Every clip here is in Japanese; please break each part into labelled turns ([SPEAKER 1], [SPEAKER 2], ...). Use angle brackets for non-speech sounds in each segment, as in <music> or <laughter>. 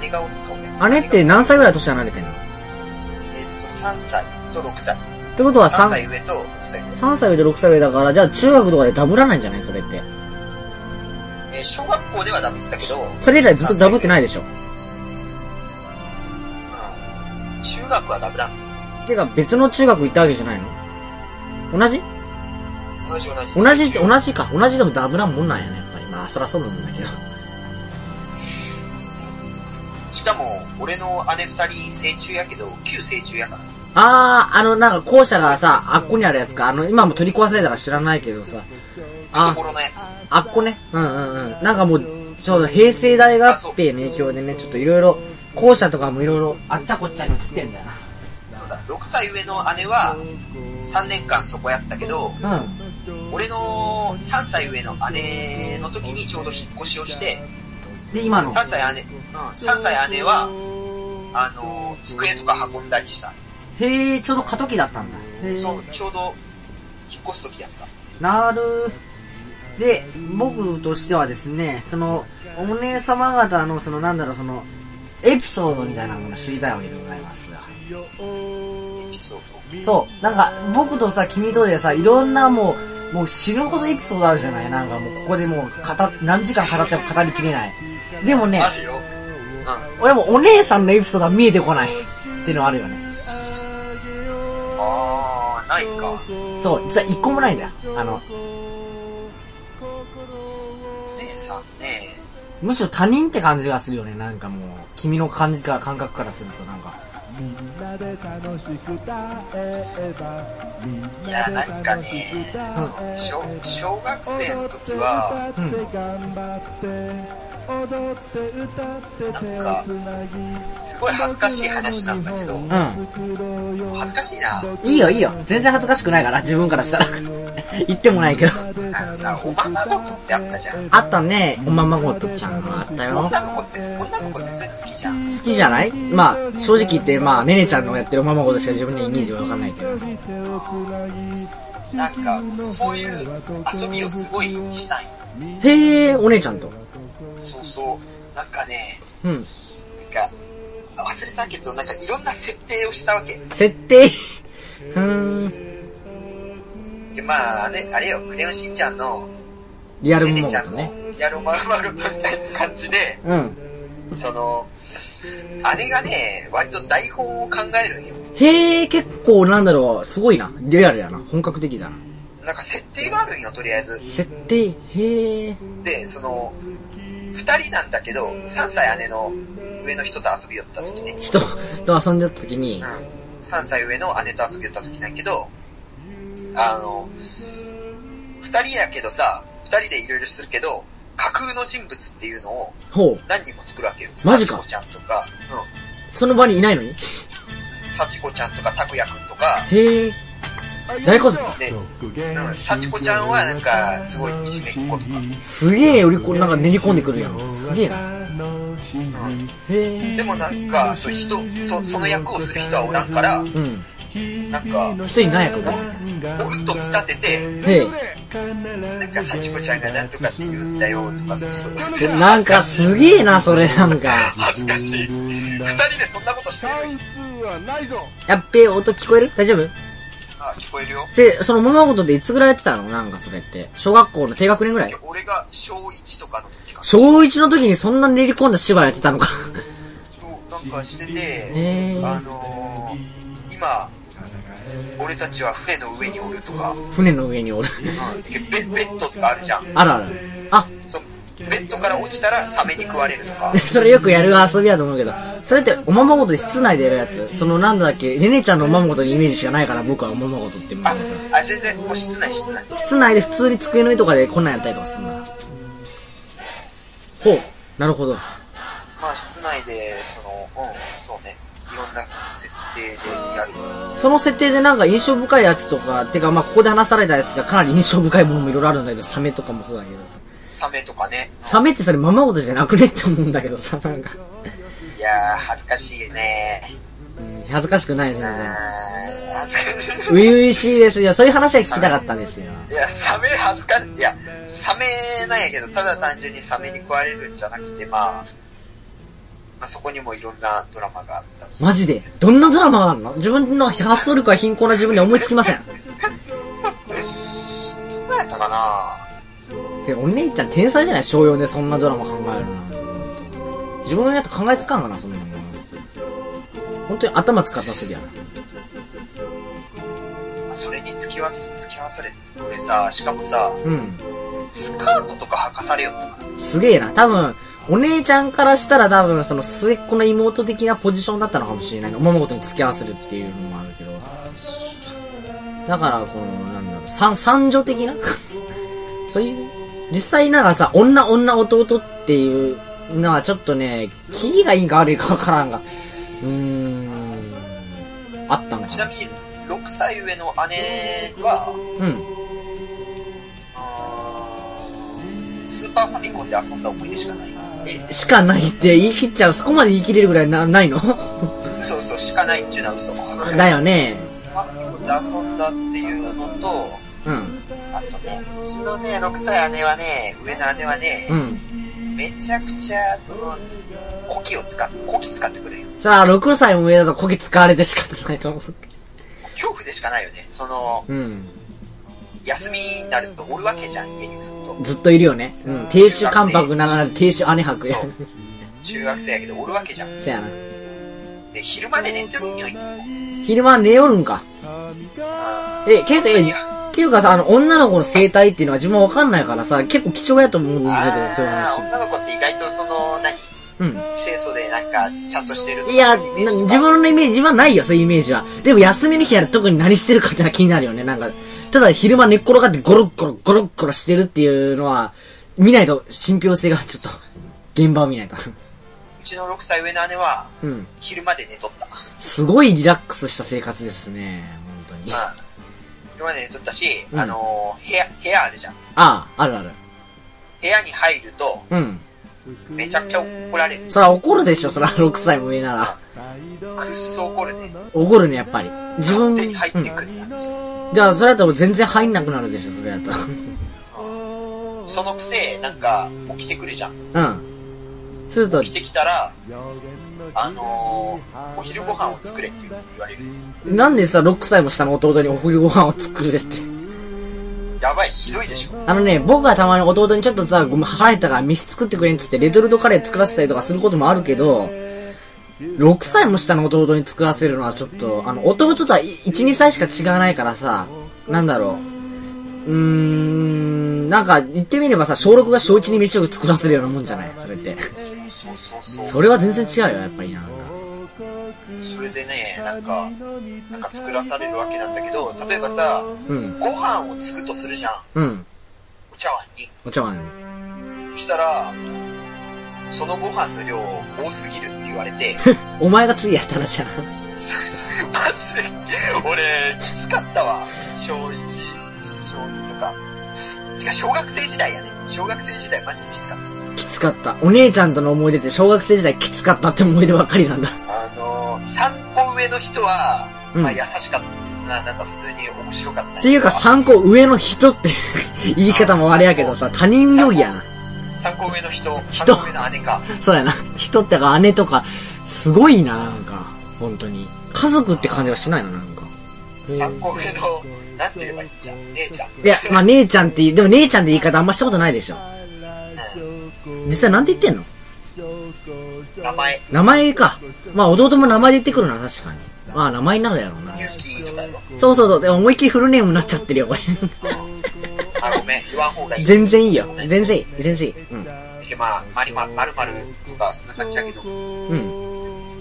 [SPEAKER 1] 姉がおるんか俺。
[SPEAKER 2] 姉って何歳ぐらい年離れてんのっ
[SPEAKER 1] えっと、3歳と6歳。
[SPEAKER 2] てことは
[SPEAKER 1] 3
[SPEAKER 2] 3、
[SPEAKER 1] 歳上と6歳上。
[SPEAKER 2] 3歳上と6歳上だから、じゃあ中学とかでダブらないんじゃないそれって。
[SPEAKER 1] えー小学校ではダブったけど、
[SPEAKER 2] それ以来ずっとダブってないでしょ。
[SPEAKER 1] うん中学はダブらん。
[SPEAKER 2] てか別の中学行ったわけじゃないの同じ
[SPEAKER 1] 同じ同じ。
[SPEAKER 2] 同じ、
[SPEAKER 1] じ。
[SPEAKER 2] 同じか。同じでもダブらんもんなんやね、やっぱり。まあ、そらそうなんだけど。
[SPEAKER 1] しかも、俺の姉二人、成虫やけど、旧成虫やから。
[SPEAKER 2] あー、あの、なんか校舎がさ、あっこにあるやつか。あの、今も取り壊されたか知らないけどさ。あ、
[SPEAKER 1] 懐のやつ。
[SPEAKER 2] あっこね。うんうんうん。なんかもう、ちょうど平成大合併の影響でね、ちょっといろいろ、校舎とかもいろいろ、あっちゃこっちゃに移ってんだよ
[SPEAKER 1] そうだ、6歳上の姉は、3年間そこやったけど、
[SPEAKER 2] な。うん。
[SPEAKER 1] 俺の3歳上の姉の時にちょうど引っ越しをして、
[SPEAKER 2] で、今の
[SPEAKER 1] 3。歳姉、うん、3歳姉は、あの、机とか運んだりした。
[SPEAKER 2] へー、ちょうど過渡期だったんだ。へー
[SPEAKER 1] そう、ちょうど、引っ越す時やった。
[SPEAKER 2] なる。で、僕としてはですね、その、お姉様方の、その、なんだろう、その、エピソードみたいなものを知りたいわけでございますが。
[SPEAKER 1] エピソード。
[SPEAKER 2] そう、なんか、僕とさ、君とでさ、いろんなもう、もう死ぬほどエピソードあるじゃないなんかもう、ここでもう、語っ、何時間語っても語りきれない。でもね、
[SPEAKER 1] あるよ。うん。
[SPEAKER 2] 俺もお姉さんのエピソードが見えてこない。っていうのはあるよね。
[SPEAKER 1] あー、ないか。
[SPEAKER 2] そう、実は一個もないんだよ。あの、
[SPEAKER 1] 姉さんね、
[SPEAKER 2] むしろ他人って感じがするよね、なんかもう、君の感じから、感覚からすると、なんか。
[SPEAKER 3] みんなで楽しく歌えばみん
[SPEAKER 1] い
[SPEAKER 3] な
[SPEAKER 1] や、
[SPEAKER 3] で
[SPEAKER 1] なんか
[SPEAKER 3] 楽
[SPEAKER 1] ね
[SPEAKER 3] しく、歌えば
[SPEAKER 1] 小小学生の時は、
[SPEAKER 3] 踊って頑張って踊って歌って手をつなぎ
[SPEAKER 1] すごい恥ずかしい話なんだけど、
[SPEAKER 2] うん。
[SPEAKER 1] 恥ずかしいな。
[SPEAKER 2] いいよ、いいよ。全然恥ずかしくないから、自分からしたら。 <laughs> 言ってもないけど。
[SPEAKER 1] あのさ、おままごとってあったじゃん。
[SPEAKER 2] あったね、おままごとちゃんがあったよ。
[SPEAKER 1] 女の子って、女の子ってそういうの好きじゃん。
[SPEAKER 2] 好きじゃないまあ、正直言って、まあ、ねねちゃんのやってるおままごとしか自分にはイメージはわかんないけど。
[SPEAKER 1] なんか、そういう遊びをすごいしたい。
[SPEAKER 2] へえ、お姉ちゃんと。
[SPEAKER 1] そうそう。なんかね、
[SPEAKER 2] うん。
[SPEAKER 1] なんか、忘れたけど、なんかいろんな設定をしたわけ。
[SPEAKER 2] 設定。 <laughs> ふーん。
[SPEAKER 1] で、まあ、ね、あれよ、クレヨンしんちゃんの、
[SPEAKER 2] リア
[SPEAKER 1] ね
[SPEAKER 2] ルも
[SPEAKER 1] ね
[SPEAKER 2] の
[SPEAKER 1] ちゃんの
[SPEAKER 2] ね。、
[SPEAKER 1] やろまるまるとみたいな感じで、
[SPEAKER 2] うん。
[SPEAKER 1] その、姉がね、割と台本を考えるんよ。
[SPEAKER 2] へえ、結構なんだろう、すごいな。リアルやな。本格的だな。
[SPEAKER 1] なんか設定があるんよ、とりあえず。
[SPEAKER 2] 設定、へえ。
[SPEAKER 1] で、その、二人なんだけど、三歳姉の上の人と遊び寄った時ね。
[SPEAKER 2] 人と遊んじゃった時
[SPEAKER 1] う
[SPEAKER 2] に
[SPEAKER 1] ん。、三歳上の姉と遊び寄った時なんやけど、あの、二人やけどさ、二人でいろいろするけど、架空の人物っていうのを
[SPEAKER 2] ほう、
[SPEAKER 1] 何人も作るわけよ。
[SPEAKER 2] マジか
[SPEAKER 1] 幸子ちゃんとか、
[SPEAKER 2] その場にいないのに
[SPEAKER 1] うん。幸子ちゃんとか、拓也くんとか、
[SPEAKER 2] へえ、大好物
[SPEAKER 1] で、
[SPEAKER 3] うん
[SPEAKER 1] 幸子ちゃんはなんかすごいいじめっ子とか
[SPEAKER 2] すげえ売りこ、なんか練り込んでくるやん。すげえな。
[SPEAKER 1] うん。
[SPEAKER 2] へえ。
[SPEAKER 1] でもなんか、そう人、そ、その役をする人はおらんから、
[SPEAKER 2] うん。
[SPEAKER 1] なんか、
[SPEAKER 2] 一人ない役が。
[SPEAKER 1] おっと見立てて、
[SPEAKER 2] へえ。
[SPEAKER 1] なんか、幸子ちゃんがなんとかって言うんだよ、とか、そう
[SPEAKER 2] でなんかすげえな、それなんか。
[SPEAKER 1] 恥ずかしい。二人でそんなことしてるのに
[SPEAKER 2] やっべ、音聞こえる大丈夫
[SPEAKER 1] あ、聞こえるよ。
[SPEAKER 2] で、その物事でいつぐらいやってたのなんかそれって。小学校の低学年ぐらい
[SPEAKER 1] 俺が小一とかの時かな。
[SPEAKER 2] 小1の時にそんな練り込んだ芝居やってたのか。 <laughs>
[SPEAKER 1] そう、なんかして
[SPEAKER 2] へ
[SPEAKER 1] て、
[SPEAKER 2] え。
[SPEAKER 1] あのー、今、俺たちは船の上におるとか、うん、
[SPEAKER 2] 船の上におる。
[SPEAKER 1] でベベッドとかあるじゃん。
[SPEAKER 2] あるある。あ、。
[SPEAKER 1] そうベッドから落ちたらサメに食われるとか
[SPEAKER 2] <laughs> それよくやる遊びだと思うけど、それっておままごとで室内でやるやつそのなんだっけ、ねねちゃんのおままごとのイメージしかないから僕はおままごとっても
[SPEAKER 1] あ、あ、全然、もう室内室内。
[SPEAKER 2] 室内で普通に机の上とかでこんなんやったりとかするんだ。ほう。なるほど。
[SPEAKER 1] まあ室内で、その、うん、そうね、いろんな設定でやる。
[SPEAKER 2] その設定でなんか印象深いやつとか、てかまあここで話されたやつがかなり印象深いものもいろいろあるんだけど、サメとかもそうだけどさ。
[SPEAKER 1] サメとかね。
[SPEAKER 2] サメってそれままごとじゃなくねって思うんだけどさ、なんか。
[SPEAKER 1] いやー、恥ずかしいね。
[SPEAKER 2] うん恥ずかしくないです
[SPEAKER 1] うー
[SPEAKER 2] ね
[SPEAKER 1] ん、恥ずかし
[SPEAKER 2] 初々しいですよ。そういう話は聞きたかったんですよ。
[SPEAKER 1] い。いや、サメ恥ずかしい。いや、サメなんやけど、ただ単純にサメに食われるんじゃなくて、まあ、まあ、そこにもいろんなドラマがあった
[SPEAKER 2] マジでどんなドラマがあるの自分の発想力は貧困な自分には思いつきません。
[SPEAKER 1] どうやったかな
[SPEAKER 2] で、お姉ちゃん天才じゃない商用でそんなドラマ考えるな。自分やと考えつかんかな、そんなの。本当に頭使ったすぎやな。
[SPEAKER 1] それに付き合わせ、付き合わされ、俺さ、しかもさ、
[SPEAKER 2] うん。
[SPEAKER 1] スカートとか履かされよったから。
[SPEAKER 2] すげえな。多分、お姉ちゃんからしたら多分、その末っ子の妹的なポジションだったのかもしれない。物事に付き合わせるっていうのもあるけど。だから、この、なんだろう、三、三女的な <laughs> そういう、実際なんかさ、女女弟っていうのはちょっとね、キリがいいか悪いかわからんが、うーん、あったのか
[SPEAKER 1] ちなみに、6歳上の姉は、
[SPEAKER 2] な。うん。
[SPEAKER 1] うーんスーパーファミコンで遊んだ思い出しかない。
[SPEAKER 2] え、しかないって言い切っちゃう。そこまで言い切れるぐらいな、ないの <laughs>
[SPEAKER 1] 嘘嘘、しかないっていうのは嘘。
[SPEAKER 2] だよね。
[SPEAKER 1] スマホで遊んだっていうのと、
[SPEAKER 2] うん。
[SPEAKER 1] あとね、うちのね、6歳姉はね、上の姉はね
[SPEAKER 2] う、ん。
[SPEAKER 1] めちゃくちゃ、その、コキを使っ、コキ使ってくるよ。
[SPEAKER 2] さあ、6歳も上だとこき使われて仕方ないと思う。
[SPEAKER 1] 恐怖でしかないよね。その、
[SPEAKER 2] うん。
[SPEAKER 1] 休みになるとおるわけじゃん、家にずっと。
[SPEAKER 2] ずっといるよね。うん。亭主関白ながら亭主姉白や。
[SPEAKER 1] そう中学生やけどおるわけじゃん。
[SPEAKER 2] そやな。
[SPEAKER 1] で、昼まで寝てるんよ、いつも。
[SPEAKER 2] 昼間寝よるんか。え、結構、え、っていうかさ、あの、女の子の生態っていうのは自分はわかんないからさ、結構貴重やと思うんだけど、そういう
[SPEAKER 1] あ
[SPEAKER 2] 話
[SPEAKER 1] ー、。女の子って意外とその、何
[SPEAKER 2] うん。
[SPEAKER 1] 清楚でなんか、ちゃんとしてるとか
[SPEAKER 2] い
[SPEAKER 1] そ
[SPEAKER 2] や、な
[SPEAKER 1] ううイメージが
[SPEAKER 2] 自分のイメージはないよ、そういうイメージは。でも休みの日は特に何してるかってのは気になるよね、なんか。ただ昼間寝っ転がってゴロッゴロッゴロッゴロしてるっていうのは、見ないと信憑性がちょっと、現場を見ないと。
[SPEAKER 1] うちの6歳上の姉は、
[SPEAKER 2] うん。
[SPEAKER 1] 昼まで寝とった。
[SPEAKER 2] すごいリラックスした生活ですね、本当に。あ
[SPEAKER 1] まあ、昼まで寝とったし、
[SPEAKER 2] うん
[SPEAKER 1] あのー、部屋、部屋あるじゃん。
[SPEAKER 2] あ、あるある。
[SPEAKER 1] 部屋に入ると、
[SPEAKER 2] うん。
[SPEAKER 1] めちゃくちゃ怒られる。
[SPEAKER 2] そら怒るでしょ、そら6歳も上なら。
[SPEAKER 1] くっそ怒るね。
[SPEAKER 2] 怒るね、やっぱり。自
[SPEAKER 1] 勝
[SPEAKER 2] 分、う
[SPEAKER 1] 手に入って
[SPEAKER 2] ん。
[SPEAKER 1] くるんだ。
[SPEAKER 2] じゃあ、それだと全然入んなくなるでしょ、それだと。
[SPEAKER 1] <laughs> そのくせ、なんか、起きてくるじゃん。
[SPEAKER 2] うん。すると、
[SPEAKER 1] 起きてきたら、あのー、お昼ご飯を作れって言われる。
[SPEAKER 2] なんでさ、6歳も下の弟にお昼ご飯を作るって。
[SPEAKER 1] やばい、ひどいでしょ。
[SPEAKER 2] あのね、僕はたまに弟にちょっとさ、ごめん、腹減ったから飯作ってくれんっつって、レトルトカレー作らせたりとかすることもあるけど、6歳も下の弟に作らせるのはちょっと、あの、弟とは1、2歳しか違わないからさ、なんだろう。うーん、なんか、言ってみればさ、小6が小1に飯を作らせるようなもんじゃないそれって。
[SPEAKER 1] そうそうそ
[SPEAKER 2] それは全然違うよ、やっぱりなんか。
[SPEAKER 1] う。それでね、なんか、なんか作らされるわけなんだけど、例えばさ、
[SPEAKER 2] うん、
[SPEAKER 1] ご飯を作るとするじゃん。
[SPEAKER 2] うん、
[SPEAKER 1] お茶碗に。
[SPEAKER 2] お茶碗ね。
[SPEAKER 1] そしたら、そのご飯の量多すぎるって言われて、
[SPEAKER 2] <laughs> お前が次やったらじゃん。
[SPEAKER 1] マジで、俺、きつかったわ。小1、小2とか。てか、小学生時代やね。小学生時代マジできつかっ
[SPEAKER 2] きつかった。お姉ちゃんとの思い出って小学生時代きつかったって思い出ばっかりなんだ。
[SPEAKER 1] た。あのー、3個上の人は、
[SPEAKER 2] うん
[SPEAKER 1] まあ優しかった。ななんか普通に面白かった。
[SPEAKER 2] っていうか3個上の人って <laughs> 言い方もあれやけどさ、他人行儀やな。
[SPEAKER 1] 3個上の人、
[SPEAKER 2] 人
[SPEAKER 1] 3個上の姉か。
[SPEAKER 2] そうやな。人ってか姉とか、すごいな、なんか。本当に。家族って感じはしないの、なんか。
[SPEAKER 1] 3個上の、なんて言えばいいんじゃん。姉ちゃん。
[SPEAKER 2] いや、まあ姉ちゃんって言い、でも姉ちゃんって言い方あんましたことないでしょ。実際なんて言ってんの
[SPEAKER 1] 名前、
[SPEAKER 2] 名前か。まあ弟も名前で言ってくるな、確かに。まあ名前になるやろうな。
[SPEAKER 1] ゆうきとかよ。
[SPEAKER 2] そうそうそう。でも思いっきりフルネームになっちゃってるよ、これ。 <laughs>
[SPEAKER 1] あ、ごめん、言わん方がいい。
[SPEAKER 2] 全然いいよ。全然いい。全然いい。うん。
[SPEAKER 1] で、まあ、まりま、まるまるとか、そんな感じだけど。
[SPEAKER 2] うん。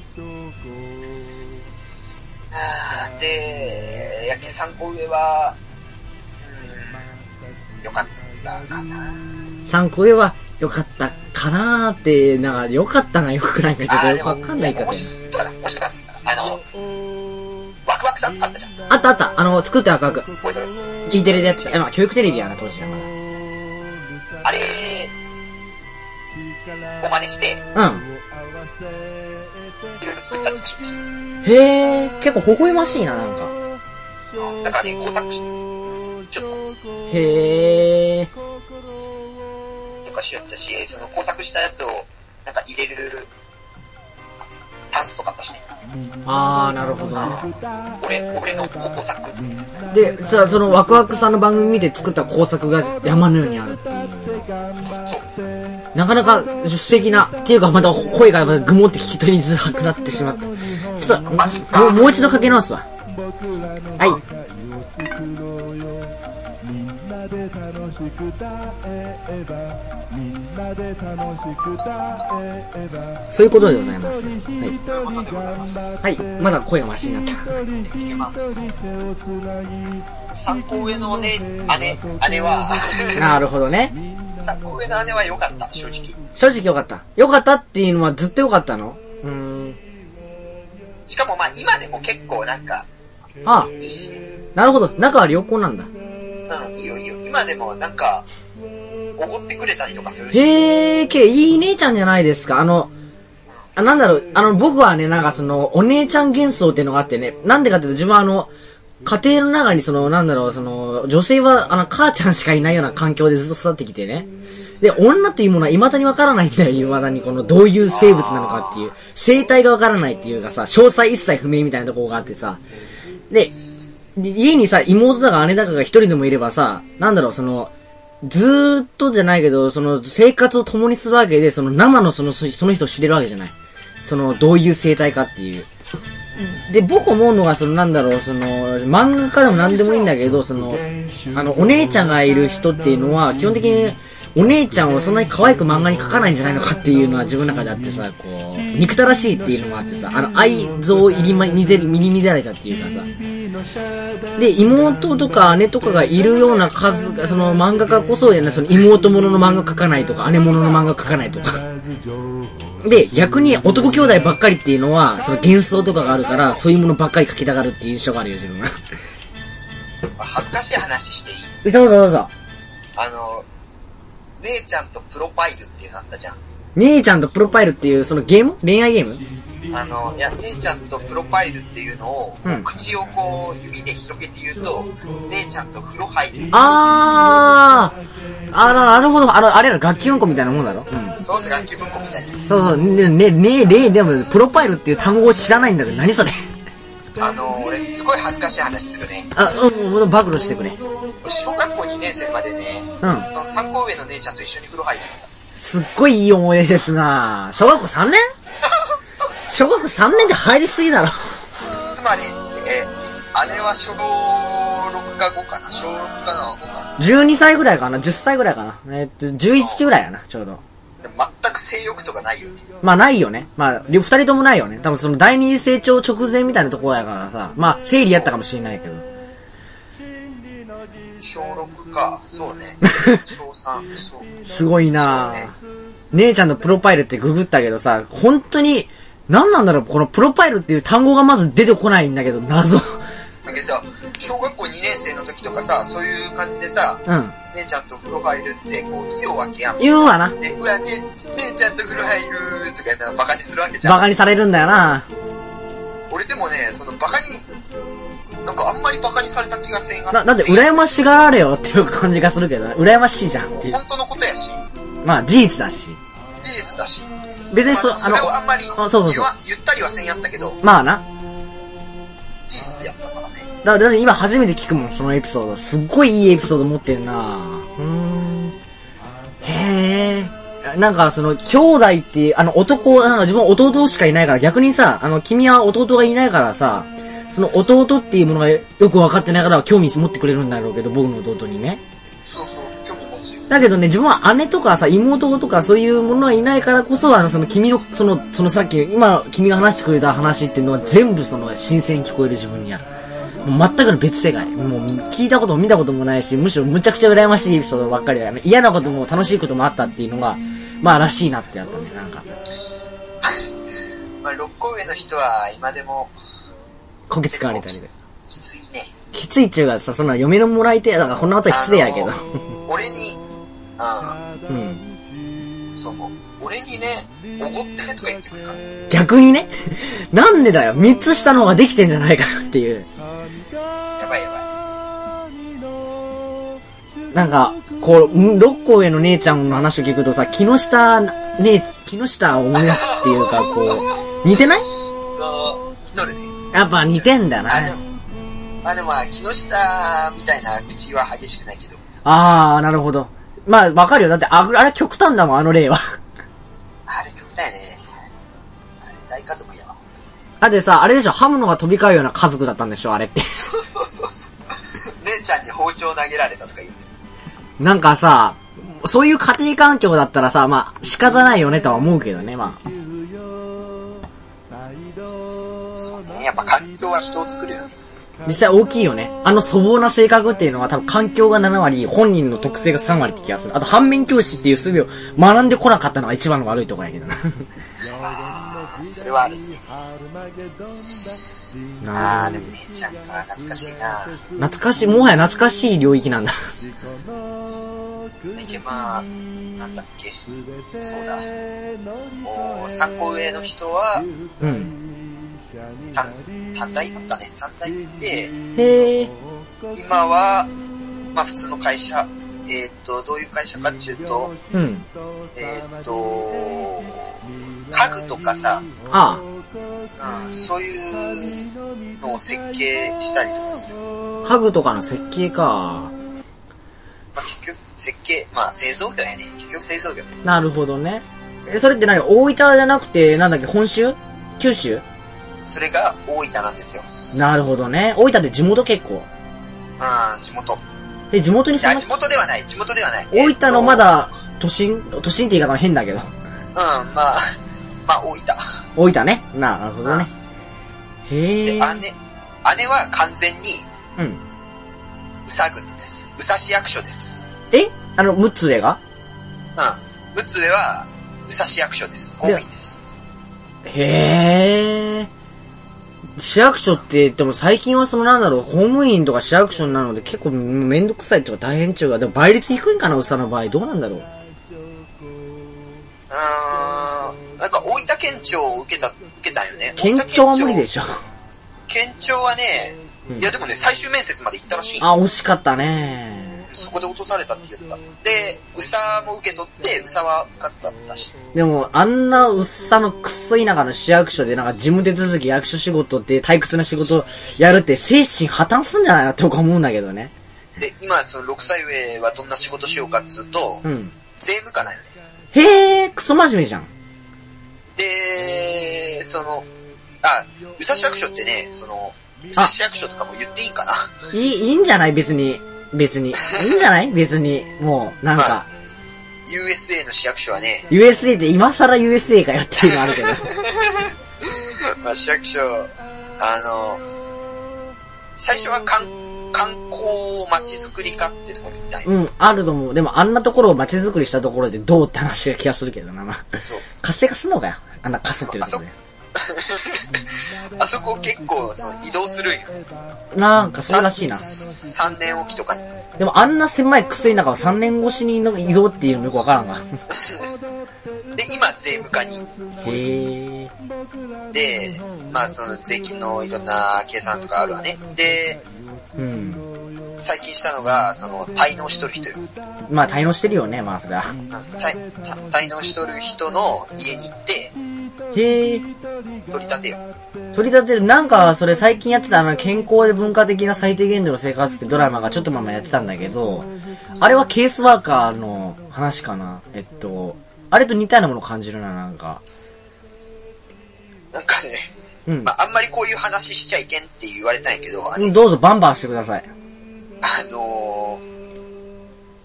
[SPEAKER 1] あーで、やけん三個上は、うーん、よかったかな。
[SPEAKER 2] 3個上は良かったかなーって、なんか良かったな、良くないか、ちょっと
[SPEAKER 1] あー
[SPEAKER 2] よくわかんない
[SPEAKER 1] で
[SPEAKER 2] か
[SPEAKER 1] も
[SPEAKER 2] ら
[SPEAKER 1] 面。白かったな、面白かった。あの、ワクワクさんとかあったじゃん。
[SPEAKER 2] あったあった、あの、作ってワクワク。
[SPEAKER 1] 覚えてる
[SPEAKER 2] 聞いてるやつ。えまあ、教育テレビやな、当時はま
[SPEAKER 1] あれ、お真似して、い
[SPEAKER 2] だ。うん。
[SPEAKER 1] ろいろ作ったりとかしまし
[SPEAKER 2] へえ、結構微笑ましいな、なんか。
[SPEAKER 1] た。だからね、工作し、ちょっ
[SPEAKER 2] へえ、
[SPEAKER 1] と、とかしよったし、その工作したやつを、なんか入れる、タンスとかあったしね。
[SPEAKER 2] あー、なるほどね。
[SPEAKER 1] 俺、俺の工作。
[SPEAKER 2] で、さ、そのワクワクさんの番組見て作った工作が山のようにあるっていう。なかなか素敵な、っていうかまた声がまたグモって聞き取りづらくなってしまった。ちょっ
[SPEAKER 1] マジ
[SPEAKER 2] と、もう
[SPEAKER 1] か
[SPEAKER 2] もう一度かけ直すわ。はい。そういうことでございます。はい。はい。まだ声がマシになった。
[SPEAKER 1] まあ、3個上のね、姉、姉は、 <laughs>
[SPEAKER 2] なるほどね。
[SPEAKER 1] 3個上の姉は良かった、正直。
[SPEAKER 2] 正直よかった。よかったっていうのはずっとよかったのうーん。
[SPEAKER 1] しかもまあ今でも結構なんか、
[SPEAKER 2] ああ、
[SPEAKER 1] いいしね。
[SPEAKER 2] なるほど。仲は良好なんだ。
[SPEAKER 1] うん、いいよいいよ。今でもなんか、おごってくれたりとかするし。
[SPEAKER 2] へえ、け、いい姉ちゃんじゃないですか。あの、あなんだろう、あの、僕はね、なんかその、お姉ちゃん幻想っていうのがあってね、なんでかっていうと、自分はあの、家庭の中にその、なんだろう、その、女性は、あの、母ちゃんしかいないような環境でずっと育ってきてね。で、女というものは未だにわからないんだよ、未だに。この、どういう生物なのかっていう。生態がわからないっていうかさ、詳細一切不明みたいなところがあってさ。で、で家にさ、妹だか姉だかが一人でもいればさ、なんだろう、その、ずーっとじゃないけど、その、生活を共にするわけで、その生のその、そその人を知れるわけじゃない。その、どういう生態かっていう。で、僕思うのが、その、なんだろう、その、漫画家でも何でもいいんだけど、その、あの、お姉ちゃんがいる人っていうのは、基本的に、お姉ちゃんをそんなに可愛く漫画に描かないんじゃないのかっていうのは自分の中であってさ、こう、憎たらしいっていうのもあってさ、あの、愛憎入りま、にでる、入り乱れたっていうかさ、で、妹とか姉とかがいるような数が、その漫画家こそ、ね、その妹ものの漫画描かないとか、姉ものの漫画描かないとか。で、逆に男兄弟ばっかりっていうのは、その幻想とかがあるから、そういうものばっかり描きたがるっていう印象があるよ、自分 <laughs> は。
[SPEAKER 1] 恥ずかしい話していい
[SPEAKER 2] えどうぞどうぞ。
[SPEAKER 1] あの、姉ちゃんとプロパイルっていうのあったじゃん。
[SPEAKER 2] 姉ちゃんとプロパイルっていう、そのゲーム恋愛ゲーム
[SPEAKER 1] あの、いや、姉ちゃんとプロパイルっていうのを、
[SPEAKER 2] うん
[SPEAKER 1] 口をこう、指で広げて言うと、姉ちゃんと風呂入る。
[SPEAKER 2] あー、あら、なるほど。あの、あれやろ、楽器音符みたいなもんだろうん。
[SPEAKER 1] そうす楽器文庫みたいなやつ。
[SPEAKER 2] そうそう、ね、ね、ね、ね、でも、プロパイルっていう単語を知らないんだけど、何それ。
[SPEAKER 1] あの、俺すごい恥ずかしい話するね。
[SPEAKER 2] あ、うん、もう暴露してくれ。
[SPEAKER 1] 俺小学校2年生までね、
[SPEAKER 2] うん
[SPEAKER 1] その3校上の姉ちゃんと一緒に風呂入ってた。
[SPEAKER 2] すっごいいい思い出ですなぁ小学校3年小学校3年で入りすぎだろ。
[SPEAKER 1] つまり、えー、姉は小6か5かな小6かな5か
[SPEAKER 2] 12歳ぐらいかな ?10 歳ぐらいかなえっと、11ぐらいやな、ちょうど。
[SPEAKER 1] なでも全く性欲とかないよね。
[SPEAKER 2] まあないよね。まあ、両二人ともないよね。多分その第二次成長直前みたいなところやからさ。まあ、生理やったかもしれないけど。
[SPEAKER 1] 小6か、そう
[SPEAKER 2] <laughs>
[SPEAKER 1] ね。小3、そう。
[SPEAKER 2] すごいなぁ姉ちゃんのプロファイルってググったけどさ、本当に、何なんだろう、このプロファイルっていう単語がまず出てこないんだけど、謎。 <laughs>
[SPEAKER 1] だけどさ、小学校2年生の時とかさ、そういう感じでさ、
[SPEAKER 2] うん。
[SPEAKER 1] 姉ちゃんと風呂入るって、こう、手を分けやん。
[SPEAKER 2] 言うわな。
[SPEAKER 1] で、うわ、ね、姉ちゃんと風呂入るとかやったらバカにするわけじゃ
[SPEAKER 2] バ
[SPEAKER 1] ん。
[SPEAKER 2] カにされるんだよな
[SPEAKER 1] 俺でもね、そのバカに、なんかあんまりバカにされた気がせんが
[SPEAKER 2] な、なんで羨ましがられよっていう感じがするけどね。羨ましいじゃんっていう。
[SPEAKER 1] 本当のことやし、
[SPEAKER 2] まあ事実だし。
[SPEAKER 1] 事実だし。
[SPEAKER 2] 別にそ、
[SPEAKER 1] まあ、それをあんまり
[SPEAKER 2] あそうそう
[SPEAKER 1] 言
[SPEAKER 2] そう
[SPEAKER 1] わ。言ったりはせんやったけど、
[SPEAKER 2] まあな。
[SPEAKER 1] 事実やったからね。
[SPEAKER 2] だ、だって今初めて聞くもん、そのエピソード。すっごいいいエピソード持ってんなうーん。へえ。なんかその、兄弟っていう、あの男、なんか自分は弟しかいないから、逆にさ、あの、君は弟がいないからさ、その弟っていうものがよく分かってないから興味持ってくれるんだろうけど、僕の弟にね。
[SPEAKER 1] そうそう、興味持つよ。 <laughs>
[SPEAKER 2] だけどね、自分は姉とかさ、妹とかそういうものがいないからこそ、あの、その君の、その、そのさっき、今、君が話してくれた話っていうのは全部その、新鮮に聞こえる自分にある。もう全くの別世界。もう、聞いたことも見たこともないし、むしろむちゃくちゃ羨ましいエピソードばっかりだよね。嫌なことも楽しいこともあったっていうのが、まあ、らしいなってやったね、なんか。
[SPEAKER 1] まあ、6個上の人は今でも、
[SPEAKER 2] こけ使われたりで。
[SPEAKER 1] きついね。
[SPEAKER 2] きついっちゅうがさ、そんな嫁のもらいてえだからこんなことは失礼やけど
[SPEAKER 1] あ。の俺に、あ
[SPEAKER 2] うん。
[SPEAKER 1] あ、そう思う。俺にね、おごってとか言ってくるから。
[SPEAKER 2] 逆にね、なんでだよ、三つ下の方ができてんじゃないかなっていう。
[SPEAKER 1] やばいやば
[SPEAKER 2] なんか、こう、ん六個上の姉ちゃんの話を聞くとさ、木下、ね、木下を思い出すっていうか、こう、似てない
[SPEAKER 1] 乗るね。
[SPEAKER 2] やっぱ似てんだな。
[SPEAKER 1] あ、でも、まあでもまあ、木下みたいな口は激しくないけど、
[SPEAKER 2] あー、なるほど。まあ、わかるよ。だって、あ、あれ極端だもん、あの例は。 <laughs>
[SPEAKER 1] あれ極端やね。あれ大家族やわ。
[SPEAKER 2] だってさ、あれでしょ、ハムのが飛び交うような家族だったんでしょ、あれって。 <laughs>
[SPEAKER 1] そうそうそうそう。姉ちゃんに包丁投げられたとか言うね。
[SPEAKER 2] なんかさ、そういう家庭環境だったらさ、まあ、仕方ないよねとは思うけどね、まあ。
[SPEAKER 1] そうね。やっぱ環境は人を作るよね。
[SPEAKER 2] 実際大きいよね。あの粗暴な性格っていうのは多分環境が7割、本人の特性が3割って気がする。あと反面教師っていう術を学んでこなかったのが一番の悪いとこやけどな。
[SPEAKER 1] あー、それはあるね。あー、でも姉ちゃんか、懐かしいな。
[SPEAKER 2] 懐かしい、もはや懐かしい領域なんだ。
[SPEAKER 1] だけどまあ、なんだっけ。そうだ。もう、3個上の人は、
[SPEAKER 2] <laughs> うん。
[SPEAKER 1] 単、単体だったね。単体って、
[SPEAKER 2] へえ。
[SPEAKER 1] 今は、まあ普通の会社、えーっ、と、どういう会社かっていうと、
[SPEAKER 2] うん。
[SPEAKER 1] えーっ、と、家具とかさ、
[SPEAKER 2] あ
[SPEAKER 1] うん、そういうのを設計したりとかする。ま
[SPEAKER 2] あ、家具とかの設計か。
[SPEAKER 1] あ結局、設計、まあ製造業やね。結局製造業。
[SPEAKER 2] なるほどね。え、それって何大分じゃなくて、なんだっけ、本州九州
[SPEAKER 1] それが大分なんですよ。
[SPEAKER 2] なるほどね。大分って地元結構。
[SPEAKER 1] うん、地元。
[SPEAKER 2] え、地元に
[SPEAKER 1] い
[SPEAKER 2] そん
[SPEAKER 1] や、
[SPEAKER 2] な
[SPEAKER 1] 地、元ではない、地元ではない。
[SPEAKER 2] 大分のま
[SPEAKER 1] え
[SPEAKER 2] だ、都心、都心って言い方も変だけど。
[SPEAKER 1] ーっと。うん、まあ、 <laughs> まあ大分。
[SPEAKER 2] 大分ね。ななるほどね。
[SPEAKER 1] で、
[SPEAKER 2] へえ
[SPEAKER 1] 姉、。姉は完全に、
[SPEAKER 2] うん。
[SPEAKER 1] 宇佐郡です。宇佐市役所です。
[SPEAKER 2] えあの、6つ上が
[SPEAKER 1] うん。陸奥は、宇佐市役所です。公務員です。
[SPEAKER 2] へえ。市役所って言っても最近はそのなんだろう、公務員とか市役所なので結構めんどくさいとか大変っちゅうか、でも倍率低いんかな、うさの場合。どうなんだろう。
[SPEAKER 1] うーん。なんか、大分県庁を受けた、受けたんよね。
[SPEAKER 2] 県庁は無理で
[SPEAKER 1] し
[SPEAKER 2] しょ。
[SPEAKER 1] ょ。県庁はね、いやでもね、最終面接まで行ったらしい。
[SPEAKER 2] あ、惜しかったね。
[SPEAKER 1] そこで落とされたって言った。で、宇佐も受け取って、宇佐は受かったらしい。
[SPEAKER 2] でも、あんなうっさのくっそ田舎の市役所でなんか事務手続き、役所仕事って退屈な仕事やるって精神破綻すんじゃないなって僕は思うんだけどね。
[SPEAKER 1] で、今、その6歳上はどんな仕事しようかっつうと、
[SPEAKER 2] うん。
[SPEAKER 1] 税務課なんよね。
[SPEAKER 2] へえ、クソ真面目じゃん。
[SPEAKER 1] で、その、あ、宇佐市役所ってね、その、宇佐市役所とかも言っていいんかな。
[SPEAKER 2] いい、いいんじゃない別に。別に。いいんじゃない別に。もう、なんか。
[SPEAKER 1] USA の市役所はね、
[SPEAKER 2] USA で今更 USA かよっていうのあるけど。
[SPEAKER 1] まあ、市役所、あの、最初は観観光まちづくり課ってとこに行
[SPEAKER 2] <laughs>
[SPEAKER 1] ったんよ。
[SPEAKER 2] うん、あると思う。でもあんなところを街づくりしたところでどうって話が気がするけどな、まあ。
[SPEAKER 1] そう。
[SPEAKER 2] 活性化すんのかよ。あんなかそってるとこで。
[SPEAKER 1] あそこ結構その移動するんよ。
[SPEAKER 2] なんかそうらしいな。
[SPEAKER 1] 3年おきとかに。
[SPEAKER 2] でもあんな狭いクソ田舎を3年越しにの移動っていうのよくわからんが。
[SPEAKER 1] で、今税務課に。
[SPEAKER 2] へえ。
[SPEAKER 1] で、まあその税金のいろんな計算とかあるわね。で、
[SPEAKER 2] うん。
[SPEAKER 1] 最近したのが、その、滞納しとる人よ。うん
[SPEAKER 2] まあ、滞納してるよね、まあ、そりゃ。
[SPEAKER 1] 滞滞納しとる人の家に行って、
[SPEAKER 2] へえ。
[SPEAKER 1] 取り立てよ。
[SPEAKER 2] 取り立てる、なんか、それ最近やってたあの、健康で文化的な最低限度の生活ってドラマがちょっとままやってたんだけど、あれはケースワーカーの話かな。えっと、あれと似たようなものを感じるな、なんか。
[SPEAKER 1] なんかね、
[SPEAKER 2] うん
[SPEAKER 1] ま。ああんまりこういう話しちゃいけんって言われたんやけど、あの
[SPEAKER 2] うんどうぞバンバンしてください。
[SPEAKER 1] あのー、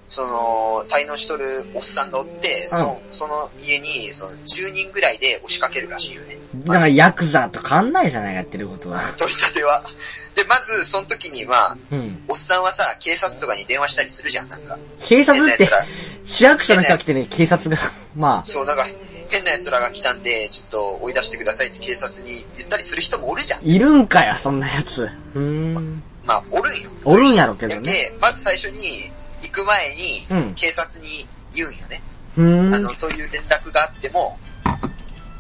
[SPEAKER 1] その、滞納しとるおっさんがおって、その、その家に、その、10人ぐらいで押しかけるらしいよね。
[SPEAKER 2] だから、ヤクザと変わんないじゃないか、やってることは。
[SPEAKER 1] 取り立ては。で、まず、その時に、まあ、
[SPEAKER 2] うん。
[SPEAKER 1] おっさんはさ、警察とかに電話したりするじゃん、なんか。
[SPEAKER 2] 警察って
[SPEAKER 1] 変な奴ら、
[SPEAKER 2] 市役所の人が来てね、警察が、ま
[SPEAKER 1] そう、なんか、変な奴らが来たんで、ちょっと追い出してくださいって警察に言ったりする人もおるじゃん
[SPEAKER 2] あ、。いるんかよ、そんなやつ。うーん。
[SPEAKER 1] まあ、おるんよ。
[SPEAKER 2] おるんやろけどね
[SPEAKER 1] で、まず最初に、行く前
[SPEAKER 2] うん
[SPEAKER 1] に、警察に言うんよね。
[SPEAKER 2] うー
[SPEAKER 1] あ
[SPEAKER 2] ん
[SPEAKER 1] の、。そういう連絡があっても、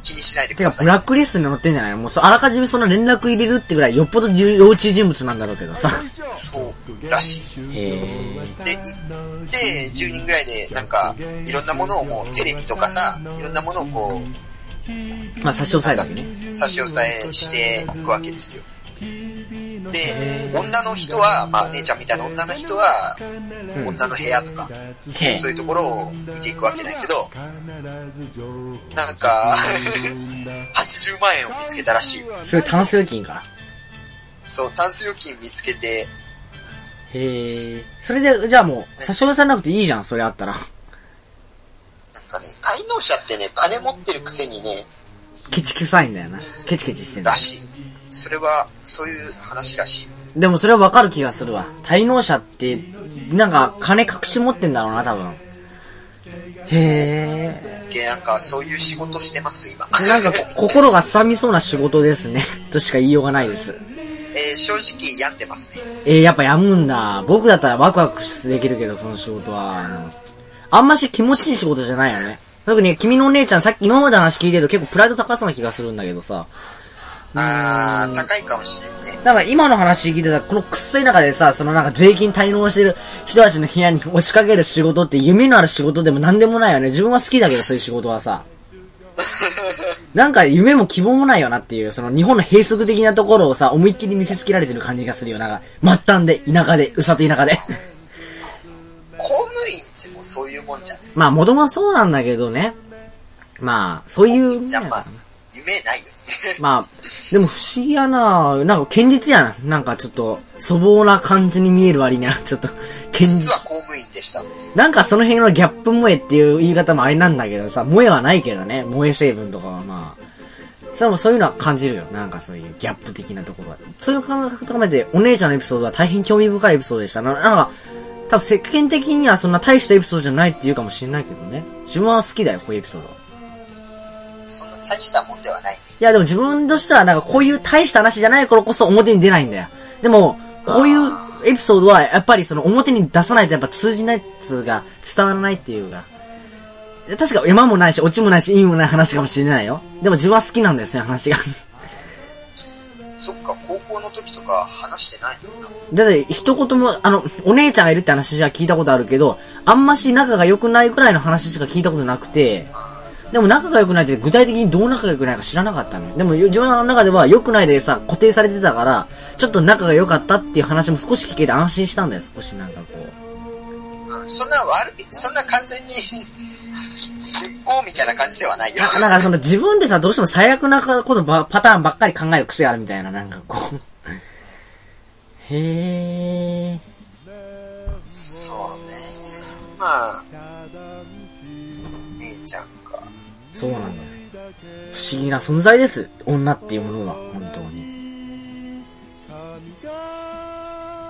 [SPEAKER 1] 気にしないでく
[SPEAKER 2] て
[SPEAKER 1] だ
[SPEAKER 2] か、
[SPEAKER 1] さい。
[SPEAKER 2] ブラックリストに載ってんじゃないのもうそう、あらかじめその連絡入れるってぐらい、よっぽど重要注意人物なんだろうけどさ。
[SPEAKER 1] そう、らしい。
[SPEAKER 2] へー
[SPEAKER 1] で、行って、10人ぐらいで、なんか、いろんなものをもう、テレビとかさ、いろんなものをこう、
[SPEAKER 2] まあ、差し押さえるわけね。
[SPEAKER 1] 差し押さえしていくわけですよ。で、女の人は、まあ姉ちゃんみたいな女の人は、
[SPEAKER 2] うん
[SPEAKER 1] 女の部屋とか、
[SPEAKER 2] へえ
[SPEAKER 1] そういうところを見ていくわけだけど、なんか、80万円を見つけたらしいよ。
[SPEAKER 2] すごい、タンス預金から。
[SPEAKER 1] そう、タンス預金見つけて、
[SPEAKER 2] へえ。それで、じゃあもう、差し押さえなくていいじゃん、それあったら。
[SPEAKER 1] なんかね、滞納者ってね、金持ってるくせにね、
[SPEAKER 2] ケチくさいんだよな。ケチケチしてんだ
[SPEAKER 1] ら。しい。それは、そういう話らしい。
[SPEAKER 2] でもそれはわかる気がするわ。滞納者って、なんか金隠し持ってんだろうな、多分。へえ。
[SPEAKER 1] で、なんか、そういう仕事してます、今。
[SPEAKER 2] なんかこ、心がすさみそうな仕事ですね。としか言いようがないです。
[SPEAKER 1] <laughs> えー正直病んでますね。
[SPEAKER 2] えー、やっぱやむんだ。僕だったらワクワクできるけど、その仕事は。あのあんまし気持ちいい仕事じゃないよね。特に君のお姉ちゃんさっき今までの話聞いてると結構プライド高そうな気がするんだけどさ。
[SPEAKER 1] あー、高いかもしれんね。
[SPEAKER 2] だから今の話聞いてたら、このくっそい中でさ、そのなんか税金滞納してる人たちの部屋に押しかける仕事って夢のある仕事でも何でもないよね。自分は好きだけど、そういう仕事はさ。なんか夢も希望もないよなっていう、その日本の閉塞的なところをさ、思いっきり見せつけられてる感じがするよ。なんか、末端で、田舎で、うさと田舎で。
[SPEAKER 1] 公務員ってもうそういうもんじゃね。
[SPEAKER 2] まあ、もともとそうなんだけどね。まあ、そういう、
[SPEAKER 1] じゃあまあ、夢ないよね。
[SPEAKER 2] まあ、でも不思議やななんか堅実やな。なんかちょっと、粗暴な感じに見える割には、ちょっと、堅
[SPEAKER 1] <laughs> 実
[SPEAKER 2] 実。
[SPEAKER 1] は公務員でしたっていう。
[SPEAKER 2] なんかその辺のギャップ萌えっていう言い方もあれなんだけどさ、萌えはないけどね、萌え成分とかはまあ。それもそういうのは感じるよ。なんかそういうギャップ的なところは。そういう感覚高めて、お姉ちゃんのエピソードは大変興味深いエピソードでした。ななんか、多分世間的にはそんな大したエピソードじゃないって言うかもしれないけどね。自分は好きだよ、こういうエピソード。
[SPEAKER 1] そんな大したもんではないね。
[SPEAKER 2] いや、でも自分としては、なんかこういう大した話じゃない頃こそ表に出ないんだよ。でも、こういうエピソードは、やっぱりその表に出さないとやっぱ通じないっつうか、伝わらないっていうか。確か山もないし、オチもないし、意味もない話かもしれないよ。でも自分は好きなんですよ、話が。
[SPEAKER 1] そっか、高校の時とか話してないのか。
[SPEAKER 2] だって、一言も、あの、お姉ちゃんがいるって話は聞いたことあるけど、あんまし仲が良くないくらいの話しか聞いたことなくて、でも仲が良くないって具体的にどう仲が良くないか知らなかったのよ。でも自分の中では良くないでさ、固定されてたから、ちょっと仲が良かったっていう話も少し聞けて安心したんだよ、少しなんかこう。
[SPEAKER 1] うん、そんな悪い、そんな完全に、 <laughs> 結婚みたいな感じでは
[SPEAKER 2] <laughs>
[SPEAKER 1] ないよ。
[SPEAKER 2] ななんかその自分でさ、どうしても最悪なことば、パターンばっかり考える癖あるみたいな、なんかこう。へー。
[SPEAKER 1] そうね。まあ、姉ちゃんか。
[SPEAKER 2] そうなんだよ。不思議な存在です。女っていうものは、本当に。
[SPEAKER 1] 不思議やね。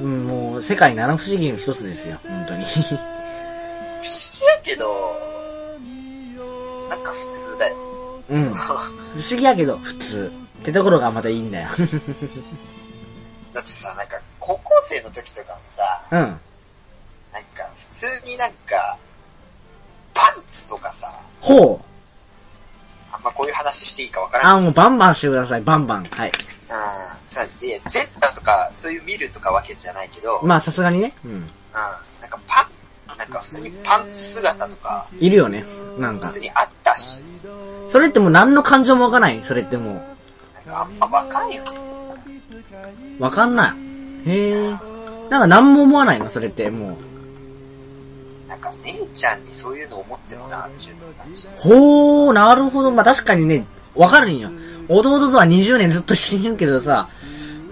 [SPEAKER 2] うん、もう、世界七不思議の一つですよ、本当に。 <laughs>
[SPEAKER 1] 不思議やけど、なんか普通だよ。 <laughs>
[SPEAKER 2] うん。不思議やけど、普通。ってところがまたいいんだよ。 <laughs>
[SPEAKER 1] だってさ、なんか高校生の時とかもさ、
[SPEAKER 2] うん。
[SPEAKER 1] なんか普通になんか、パンツとかさ、
[SPEAKER 2] ほう。
[SPEAKER 1] あんまこういう話していいかわからん。
[SPEAKER 2] あ、もうバンバンしてください、バンバン。はい。
[SPEAKER 1] あさ、で、ゼッタとか、そういう見るとかわけじゃないけど、うん、
[SPEAKER 2] まあ、さすがにね。うん。
[SPEAKER 1] なんかパン、なんか普通にパンツ姿とか、
[SPEAKER 2] いるよね。なんか
[SPEAKER 1] 普。通にあったし、
[SPEAKER 2] それってもう何の感情もわかんない。それっても
[SPEAKER 1] なんかあんまわかんよね。
[SPEAKER 2] う、わかんない。へえ。なんか何も思わないの、それって、もう。
[SPEAKER 1] なんか姉ちゃんにそういうの思ってもな、っていうの感じ。
[SPEAKER 2] ほー、なるほど。まあ、確かにね、わかるんよ。弟とは20年ずっと一緒にいるけどさ、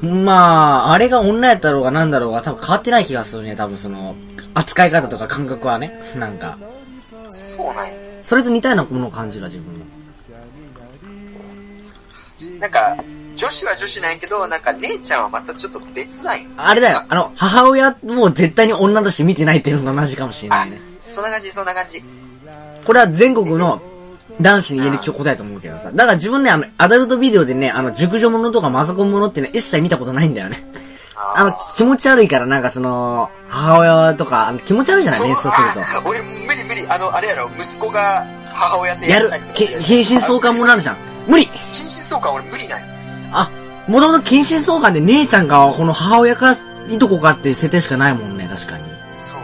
[SPEAKER 2] まあ、あれが女やったろうがなんだろうが多分変わってない気がするね。多分その、扱い方とか感覚はね。なんか、
[SPEAKER 1] そうなんよ。
[SPEAKER 2] それと似たようなものを感じるわ、自分も。
[SPEAKER 1] なんか、女子は女子なんやけど、なんか姉ちゃんはまたちょっと別なんよ。
[SPEAKER 2] あれだよ、あの、母親も絶対に女として見てないっていうのと同じかもしれな
[SPEAKER 1] あ
[SPEAKER 2] いね。、
[SPEAKER 1] そんな感じ、そんな感じ。
[SPEAKER 2] これは全国の男子に言える答えと思うけどさ。だから自分ね、あの、アダルトビデオでね、あの、熟女ものとかマザコンものってね、一切見たことないんだよね。あの、気持ち悪いから、なんかその、母親とか、あの気持ち悪いじゃない連想する
[SPEAKER 1] あ <laughs> 俺、無理無理。あの、あれやろ、息子が母親
[SPEAKER 2] と。
[SPEAKER 1] で
[SPEAKER 2] やる
[SPEAKER 1] ったりと、か
[SPEAKER 2] け謹慎相関もなるじゃん。無理
[SPEAKER 1] 謹慎相関俺無理ない。
[SPEAKER 2] あ、もともと謹慎相関で姉ちゃんか、この母親か、いとこかっていう設定しかないもんね、確かに。
[SPEAKER 1] そ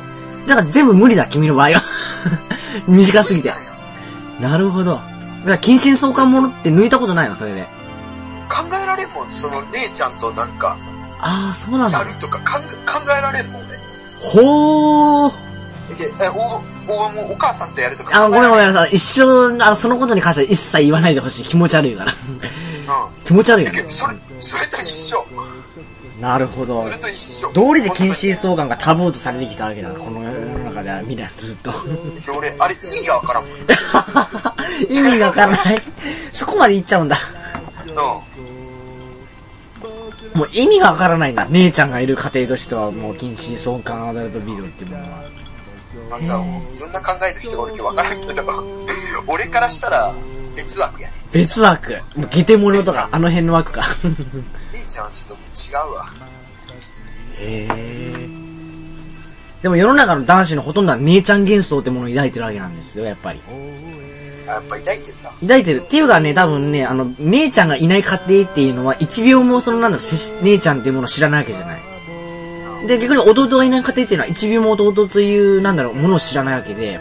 [SPEAKER 1] う。
[SPEAKER 2] <laughs> だから全部無理だ、君の場合は。短すぎ
[SPEAKER 1] 無理な。
[SPEAKER 2] て
[SPEAKER 1] んよ
[SPEAKER 2] なるほど。だから、近親相関ものって抜いたことないの、それで。
[SPEAKER 1] 考えられんもん、その姉ちゃんとなんか、
[SPEAKER 2] ああ、そうなん
[SPEAKER 1] チ
[SPEAKER 2] だ
[SPEAKER 1] ャ。ルとか考え考えられんもんね。
[SPEAKER 2] ほー。
[SPEAKER 1] で、え、お、お、もうお母さんとやるとか
[SPEAKER 2] あ、ご
[SPEAKER 1] 考え
[SPEAKER 2] めん
[SPEAKER 1] ら
[SPEAKER 2] ご
[SPEAKER 1] れ
[SPEAKER 2] めんなさい。一生、あの、そのことに関しては一切言わないでほしい。気持ち悪いから。 <laughs> 気持ち悪い
[SPEAKER 1] うん。だ
[SPEAKER 2] よ
[SPEAKER 1] け
[SPEAKER 2] ね。
[SPEAKER 1] ど、それ、それと一緒。
[SPEAKER 2] なるほど。
[SPEAKER 1] それと一緒。
[SPEAKER 2] 道理で近親相関がタブーとされてきたわけだ。この世の中では、みんなずっと。 <laughs>
[SPEAKER 1] 関。俺、あれ意味がわからんもん。うん。
[SPEAKER 2] 意味がわかんない。そこまで言っちゃうんだ。もう意味がわからないんだ。姉ちゃんがいる家庭としては、もう近親相関アダルトビデオっていうものは。
[SPEAKER 1] まあさ、いろんな考えの人がおるけどわからんけど、 <laughs> 俺からしたら別枠やね。
[SPEAKER 2] 別枠。もうゲテモノとか、あの辺の枠か。 <laughs>
[SPEAKER 1] 姉ちゃんはちょっと違うわ。
[SPEAKER 2] へえ。でも世の中の男子のほとんどは姉ちゃん幻想ってものを抱いてるわけなんですよ、やっぱり。
[SPEAKER 1] あやっぱ抱いてんだ。
[SPEAKER 2] 抱いてる。っていうかね、多分ね、あの、姉ちゃんがいない家庭っていうのは、一秒もその、なんだろう接し、姉ちゃんっていうものを知らないわけじゃない。で、逆に弟がいない家庭っていうのは、一秒も弟という、なんだろう、ものを知らないわけで。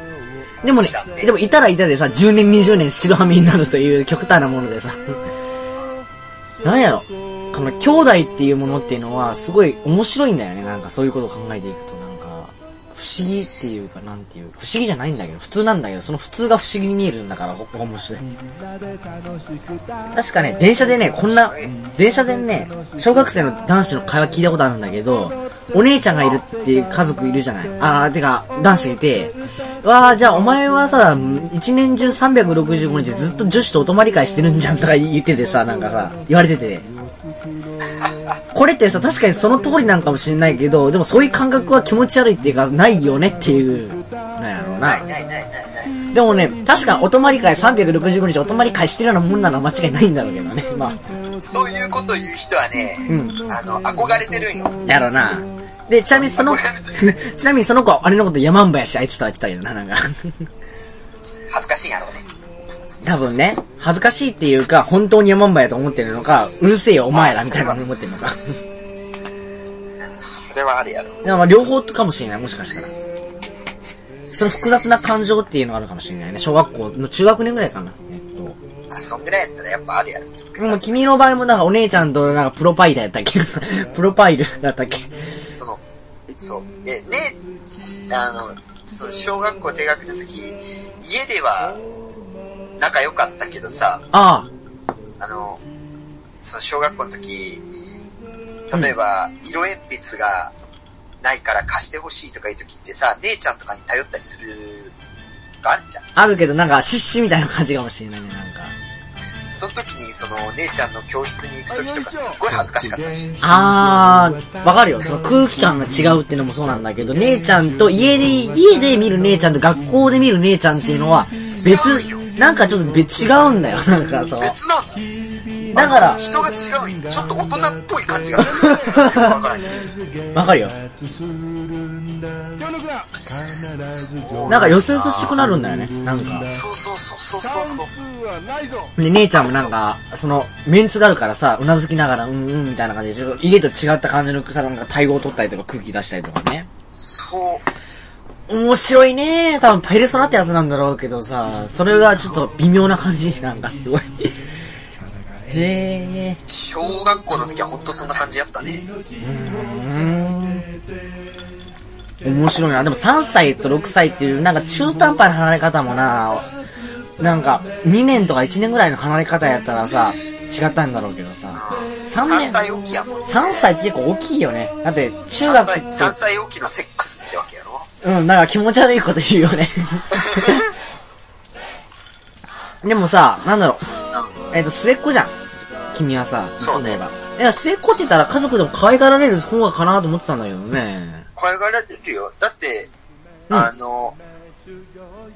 [SPEAKER 2] でもね
[SPEAKER 1] 知らん、ね
[SPEAKER 2] でもいたらいたでさ、10年、20年白はみになるという極端なものでさ。 <laughs> なんやろ。この兄弟っていうものっていうのは、すごい面白いんだよね。なんかそういうことを考えていくと、なんか、不思議っていうか、なんていうか、不思議じゃないんだけど、普通なんだけど、その普通が不思議に見えるんだから、ほ面白い。確かね、電車でね、こんな、電車でね、小学生の男子の会話聞いたことあるんだけど、お姉ちゃんがいるっていう家族いるじゃないあー、てか、男子がいて、わー、じゃあお前はさ、一年中365日ずっと女子とお泊まり会してるんじゃんとか言っててさ、なんかさ、言われてて。これってさ、確かにその通りなんかもしれないけど、でもそういう感覚は気持ち悪いっていうか、ないよねっていう、なんやろうな。
[SPEAKER 1] ないないないないない。
[SPEAKER 2] でもね、確かお泊まり会365日お泊まり会してるようなもんなのは間違いないんだろうけどね。まあ、
[SPEAKER 1] そういうこと言う人はね、
[SPEAKER 2] うん
[SPEAKER 1] あの、憧れてるんよ。
[SPEAKER 2] やろうな。で、ちなみにその、 <laughs> ちなみにその子は姉のこと山んばやしあいつとは言ってたけどな、なんか。 <laughs>
[SPEAKER 1] 恥ずかしいんやろうね。
[SPEAKER 2] 多分ね、恥ずかしいっていうか、本当に山んばやと思ってるのか、うるせえよお前らみたいなの思ってるのか。 <laughs>
[SPEAKER 1] それはあるやろ。
[SPEAKER 2] でもまあ両方かもしれない、もしかしたら。その複雑な感情っていうのがあるかもしれないね。小学校の中学年ぐらいかな。えっと
[SPEAKER 1] あ、そんぐらいやったらやっぱあるやろ。
[SPEAKER 2] でも君の場合もなんかお姉ちゃんとなんかプロパイダーやったっけ <laughs> プロパイルだったっけ
[SPEAKER 1] その、そう、え、ね、あの、そう、小学校低学年の時、家では仲良かったけどさ、
[SPEAKER 2] ああ、
[SPEAKER 1] あの、その小学校の時、例えば、色鉛筆がないから貸してほしいとかいう時ってさ、姉ちゃんとかに頼ったりする、があるじゃん。
[SPEAKER 2] あるけどなんか失神みたいな感じかもしれないね、なんか。
[SPEAKER 1] その時に、その、姉ちゃんの教室に行く時とか、すっごい恥ずかしかったし。
[SPEAKER 2] あー、わかるよ。その空気感が違うってのもそうなんだけど、姉ちゃんと家で、家で見る姉ちゃんと学校で見る姉ちゃんっていうのは、別、なんかちょっと別違うんだよ。なんかそう。
[SPEAKER 1] 別なんだよ
[SPEAKER 2] だから、
[SPEAKER 1] 人が違うんよちょっと大人っぽい感じがする。よくわからんけど
[SPEAKER 2] わかるよ。なんかよそよそしくなるんだよね。なんか。
[SPEAKER 1] そうそうそうそうそうそう。
[SPEAKER 2] で、姉ちゃんもなんか、その、メンツがあるからさ、うなずきながら、うんうんみたいな感じで、ちょっと家と違った感じの草なんか対応を取ったりとか空気出したりとかね。
[SPEAKER 1] そう。
[SPEAKER 2] 面白いね多分ペルソナってやつなんだろうけどさ、それがちょっと微妙な感じなんかすごい。へえ。
[SPEAKER 1] 小学校の時はほんとそんな感じやったね。
[SPEAKER 2] うーん。面白いな。でも3歳と6歳っていう、なんか中途半端な離れ方もな、なんか2年とか1年ぐらいの離れ方やったらさ、違ったんだろうけどさ。3
[SPEAKER 1] 3
[SPEAKER 2] 年、
[SPEAKER 1] 歳起きやもん。
[SPEAKER 2] 3歳って結構大きいよね。だって中
[SPEAKER 1] 3
[SPEAKER 2] 学
[SPEAKER 1] 歳、
[SPEAKER 2] っ
[SPEAKER 1] 3歳起きのセックスってわけやろ。
[SPEAKER 2] て、うん、なんか気持ち悪いこと言うよ
[SPEAKER 1] <laughs>
[SPEAKER 2] ね。でもさ、なんだろう。
[SPEAKER 1] うん
[SPEAKER 2] えっ、と、末っ子じゃん。君はさ、
[SPEAKER 1] そうね
[SPEAKER 2] 例えば。いや、末っ子って言ったら家族でも可愛がられる方がかなと思ってたんだけどね。
[SPEAKER 1] 怖がられるよ。だって、あの、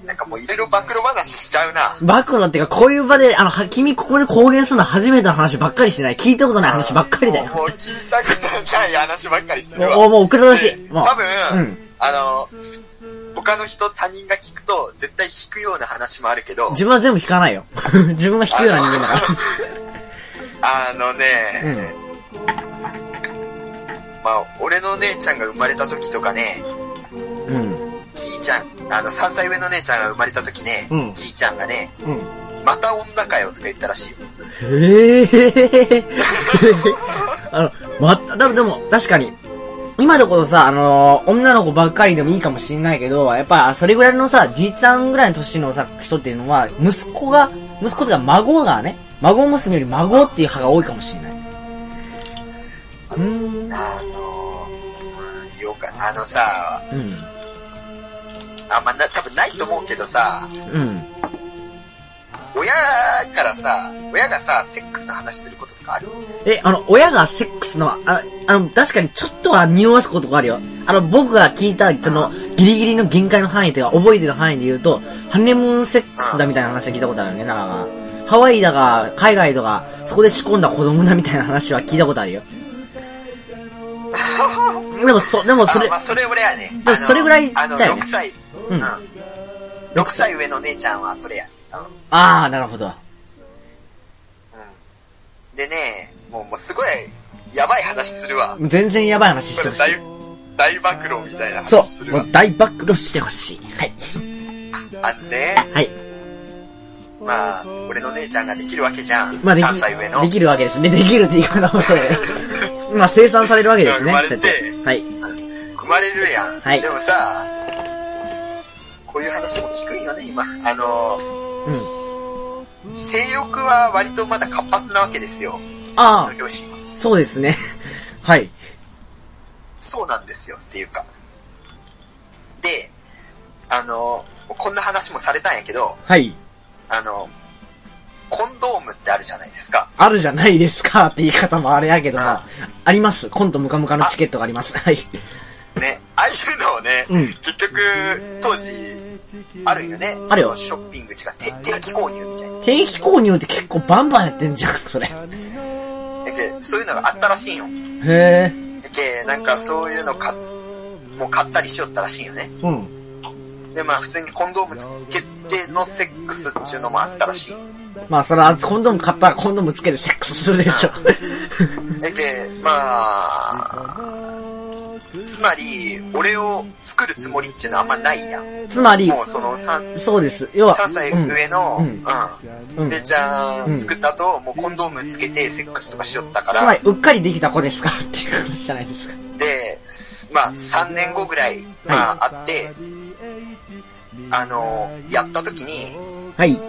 [SPEAKER 1] なんかもういろいろ暴露話しちゃうな。
[SPEAKER 2] 暴露っていうか、こういう場で、あの、は君ここで公言するのは初めての話ばっかりしてない。聞いたことない話ばっかりだよ。
[SPEAKER 1] もうもう聞いたことない話ばっかりするわ。
[SPEAKER 2] もう、もう遅れ出し。もう。
[SPEAKER 1] 多分、
[SPEAKER 2] うん。
[SPEAKER 1] あの、他の人、他人が聞くと、絶対聞くような話もあるけど、
[SPEAKER 2] 自分は全部引かないよ。 <laughs> 自分は引くような人間だから。
[SPEAKER 1] あのね、まあ、俺の姉ちゃんが生まれた時とかね、
[SPEAKER 2] うん。
[SPEAKER 1] <laughs> じいちゃん、あの、3歳上の姉ちゃんが生まれた時ね、
[SPEAKER 2] うん
[SPEAKER 1] じいちゃんがね、
[SPEAKER 2] うん。
[SPEAKER 1] また女かよとか言ったらしいよ。
[SPEAKER 2] へえ。あの、また、でも、でも、確かに、今のことさ、あのー女の子ばっかりでもいいかもしんないけど、やっぱ、それぐらいのさ、じいちゃんぐらいの年のさ、人っていうのは、息子が、息子とか孫がね、孫娘より孫っていう派が多いかもしんない。うーん。
[SPEAKER 1] あのー、うん、言おうかな。あのさ、
[SPEAKER 2] うん。
[SPEAKER 1] あんまな、多分ないと思うけどさ、
[SPEAKER 2] うん。
[SPEAKER 1] 親からさ、親がさ、セックスの話することとかある
[SPEAKER 2] え、あの、親がセックスの、あ、あの、確かにちょっとは匂わすことがあるよ。あの、僕が聞いた、その、ギリギリの限界の範囲というか、覚えてる範囲で言うと、ハネムーンセックスだみたいな話は聞いたことあるよね、なんか。ハワイだが、海外とか、そこで仕込んだ子供だみたいな話は聞いたことあるよ。
[SPEAKER 1] <laughs>
[SPEAKER 2] でも、そ、でもそれ
[SPEAKER 1] あ、まあ、それぐらいやね。
[SPEAKER 2] でも
[SPEAKER 1] あの
[SPEAKER 2] それぐらい
[SPEAKER 1] あの、
[SPEAKER 2] だよね
[SPEAKER 1] 6歳。
[SPEAKER 2] うん
[SPEAKER 1] 6歳上の姉ちゃんはそれや。う
[SPEAKER 2] あー、なるほど。
[SPEAKER 1] ん。うん。でね、もう、もうすごい、やばい話するわ。
[SPEAKER 2] 全然やばい話し
[SPEAKER 1] これ
[SPEAKER 2] てほし
[SPEAKER 1] 大
[SPEAKER 2] い。、
[SPEAKER 1] 大暴露みたいな
[SPEAKER 2] そ
[SPEAKER 1] 話す
[SPEAKER 2] う、
[SPEAKER 1] る
[SPEAKER 2] も
[SPEAKER 1] わ
[SPEAKER 2] う。大暴露してほしい。はい。
[SPEAKER 1] あのね、
[SPEAKER 2] はい。
[SPEAKER 1] まあ、俺の姉ちゃんができるわけじゃん。
[SPEAKER 2] まあ、で
[SPEAKER 1] 3歳上の。
[SPEAKER 2] き、できるわけですね。できるって言い方もそうだよ
[SPEAKER 1] <laughs>
[SPEAKER 2] まあ、生産されるわけです
[SPEAKER 1] 生
[SPEAKER 2] ね、
[SPEAKER 1] まれて
[SPEAKER 2] そうやってはい。
[SPEAKER 1] 生まれるやん。
[SPEAKER 2] はい
[SPEAKER 1] でもさ、こういう話も聞くんよね、今。あの、
[SPEAKER 2] うん。
[SPEAKER 1] 性欲は割とまだ活発なわけですよ。
[SPEAKER 2] あ
[SPEAKER 1] うちの両親は
[SPEAKER 2] あ、そうですね。 <laughs> はい。
[SPEAKER 1] そうなんですよ、っていうか。で、あの、こんな話もされたんやけど、
[SPEAKER 2] はい。
[SPEAKER 1] あの、コンドームってあるじゃないですか。
[SPEAKER 2] あるじゃないですかって言い方もあれやけど
[SPEAKER 1] あ
[SPEAKER 2] さ、あります。コントムカムカのチケットがあります。はい。
[SPEAKER 1] ね、ああいうのをね、
[SPEAKER 2] うん
[SPEAKER 1] 結局、当時、あるよね。
[SPEAKER 2] あるよ
[SPEAKER 1] そのショッピング違う、て定期購入みたいな。
[SPEAKER 2] 定期購入って結構バンバンやってんじゃん、それ。へ
[SPEAKER 1] で、そういうのがあったらしいんよ。
[SPEAKER 2] え。
[SPEAKER 1] で、なんかそういうの買っ、もう買ったりしよったらしいよね。
[SPEAKER 2] うん。
[SPEAKER 1] で、まあ普通にコンドームつけてのセックスっていうのもあったらしい。
[SPEAKER 2] まあ、それはコンドーム買ったらコンドームつけてセックスするでしょ。
[SPEAKER 1] で、でまあ、つまり、俺を作るつもりっていうのはあんまないやん。
[SPEAKER 2] <laughs> つまり、
[SPEAKER 1] もうその3、
[SPEAKER 2] そうです。要は、
[SPEAKER 1] 3歳上の、
[SPEAKER 2] う
[SPEAKER 1] うんん。
[SPEAKER 2] うん。うん。
[SPEAKER 1] で、
[SPEAKER 2] つ
[SPEAKER 1] じゃあ、
[SPEAKER 2] うん
[SPEAKER 1] 作った後、もうコンドームつけてセックスとかしよったか
[SPEAKER 2] まり
[SPEAKER 1] ら、、
[SPEAKER 2] うっかりできた子ですかっていう話じゃないです
[SPEAKER 1] で、
[SPEAKER 2] か。
[SPEAKER 1] まあ、3年後ぐらい、まあ、あって、あの、やった時に、
[SPEAKER 2] はい。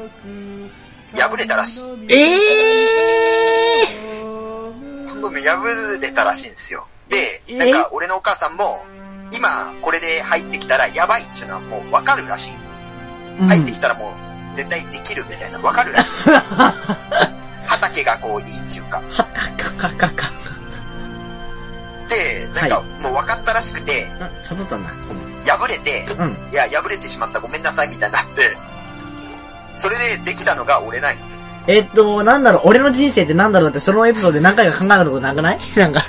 [SPEAKER 1] 破れたらしい。
[SPEAKER 2] ええ
[SPEAKER 1] コンドーム破れたらしいんですよ。で、
[SPEAKER 2] え
[SPEAKER 1] なんか俺のお母さんも、今これで入ってきたらやばいっていうのはもうわかるらしい。
[SPEAKER 2] うん
[SPEAKER 1] 入ってきたらもう絶対できるみたいなわかるらしい。
[SPEAKER 2] <laughs>
[SPEAKER 1] 畑がこういいっていうか。
[SPEAKER 2] はたかかかか。
[SPEAKER 1] で、なんかもう分かったらしくて、
[SPEAKER 2] あ、悟ったんだ。
[SPEAKER 1] 破れて、
[SPEAKER 2] うん。
[SPEAKER 1] いや、破れてしまったごめんなさいみたいになって、それでできたのが俺ない。
[SPEAKER 2] えっと、なんだろう、俺の人生ってなんだろうって、そのエピソードで何回か考えたことなくない <laughs> なんか。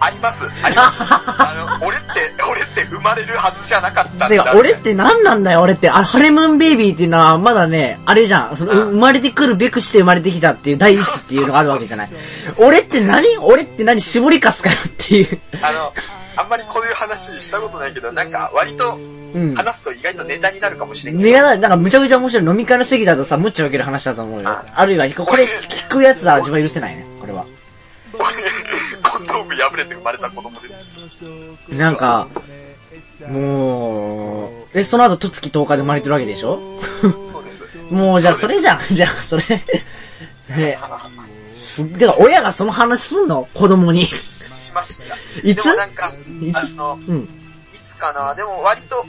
[SPEAKER 1] あります。あり
[SPEAKER 2] <laughs>
[SPEAKER 1] ます。あの、俺って、俺って生まれるはずじゃなかったん
[SPEAKER 2] てか
[SPEAKER 1] だ。、
[SPEAKER 2] 俺って何なんだよ、俺って。あ、ハレムーンベイビーっていうのは、まだね、あれじゃん。その、
[SPEAKER 1] うん
[SPEAKER 2] 生まれてくるべくして生まれてきたっていう第一子っていうのがあるわけじゃない。俺って何俺って何絞りかすかよっていう。
[SPEAKER 1] あの、あんまりこういう話したことないけど、なんか割と
[SPEAKER 2] うん。
[SPEAKER 1] 話すと意外とネタになるかもしれんけ
[SPEAKER 2] ね
[SPEAKER 1] ど、
[SPEAKER 2] え、なんかむちゃくちゃ面白い。飲み会の席だとさ、むっちゃ受ける話だと思うよ。
[SPEAKER 1] あ
[SPEAKER 2] あるいは、これ聞くやつは自分は許せないね、これは。
[SPEAKER 1] 俺コンドーム破れて生まれた子供です。
[SPEAKER 2] なんか、もう、え、その後、とつき10日で生まれてるわけでしょ
[SPEAKER 1] そうです。
[SPEAKER 2] もう、じゃあ、そ
[SPEAKER 1] そう
[SPEAKER 2] れじゃん、 <laughs> じゃあ、それ。ねす、てか、親がその話すんの子供に。
[SPEAKER 1] しました。
[SPEAKER 2] いつ
[SPEAKER 1] でもなんか、
[SPEAKER 2] いつ
[SPEAKER 1] あの、
[SPEAKER 2] うん。
[SPEAKER 1] いつかな、でも割と、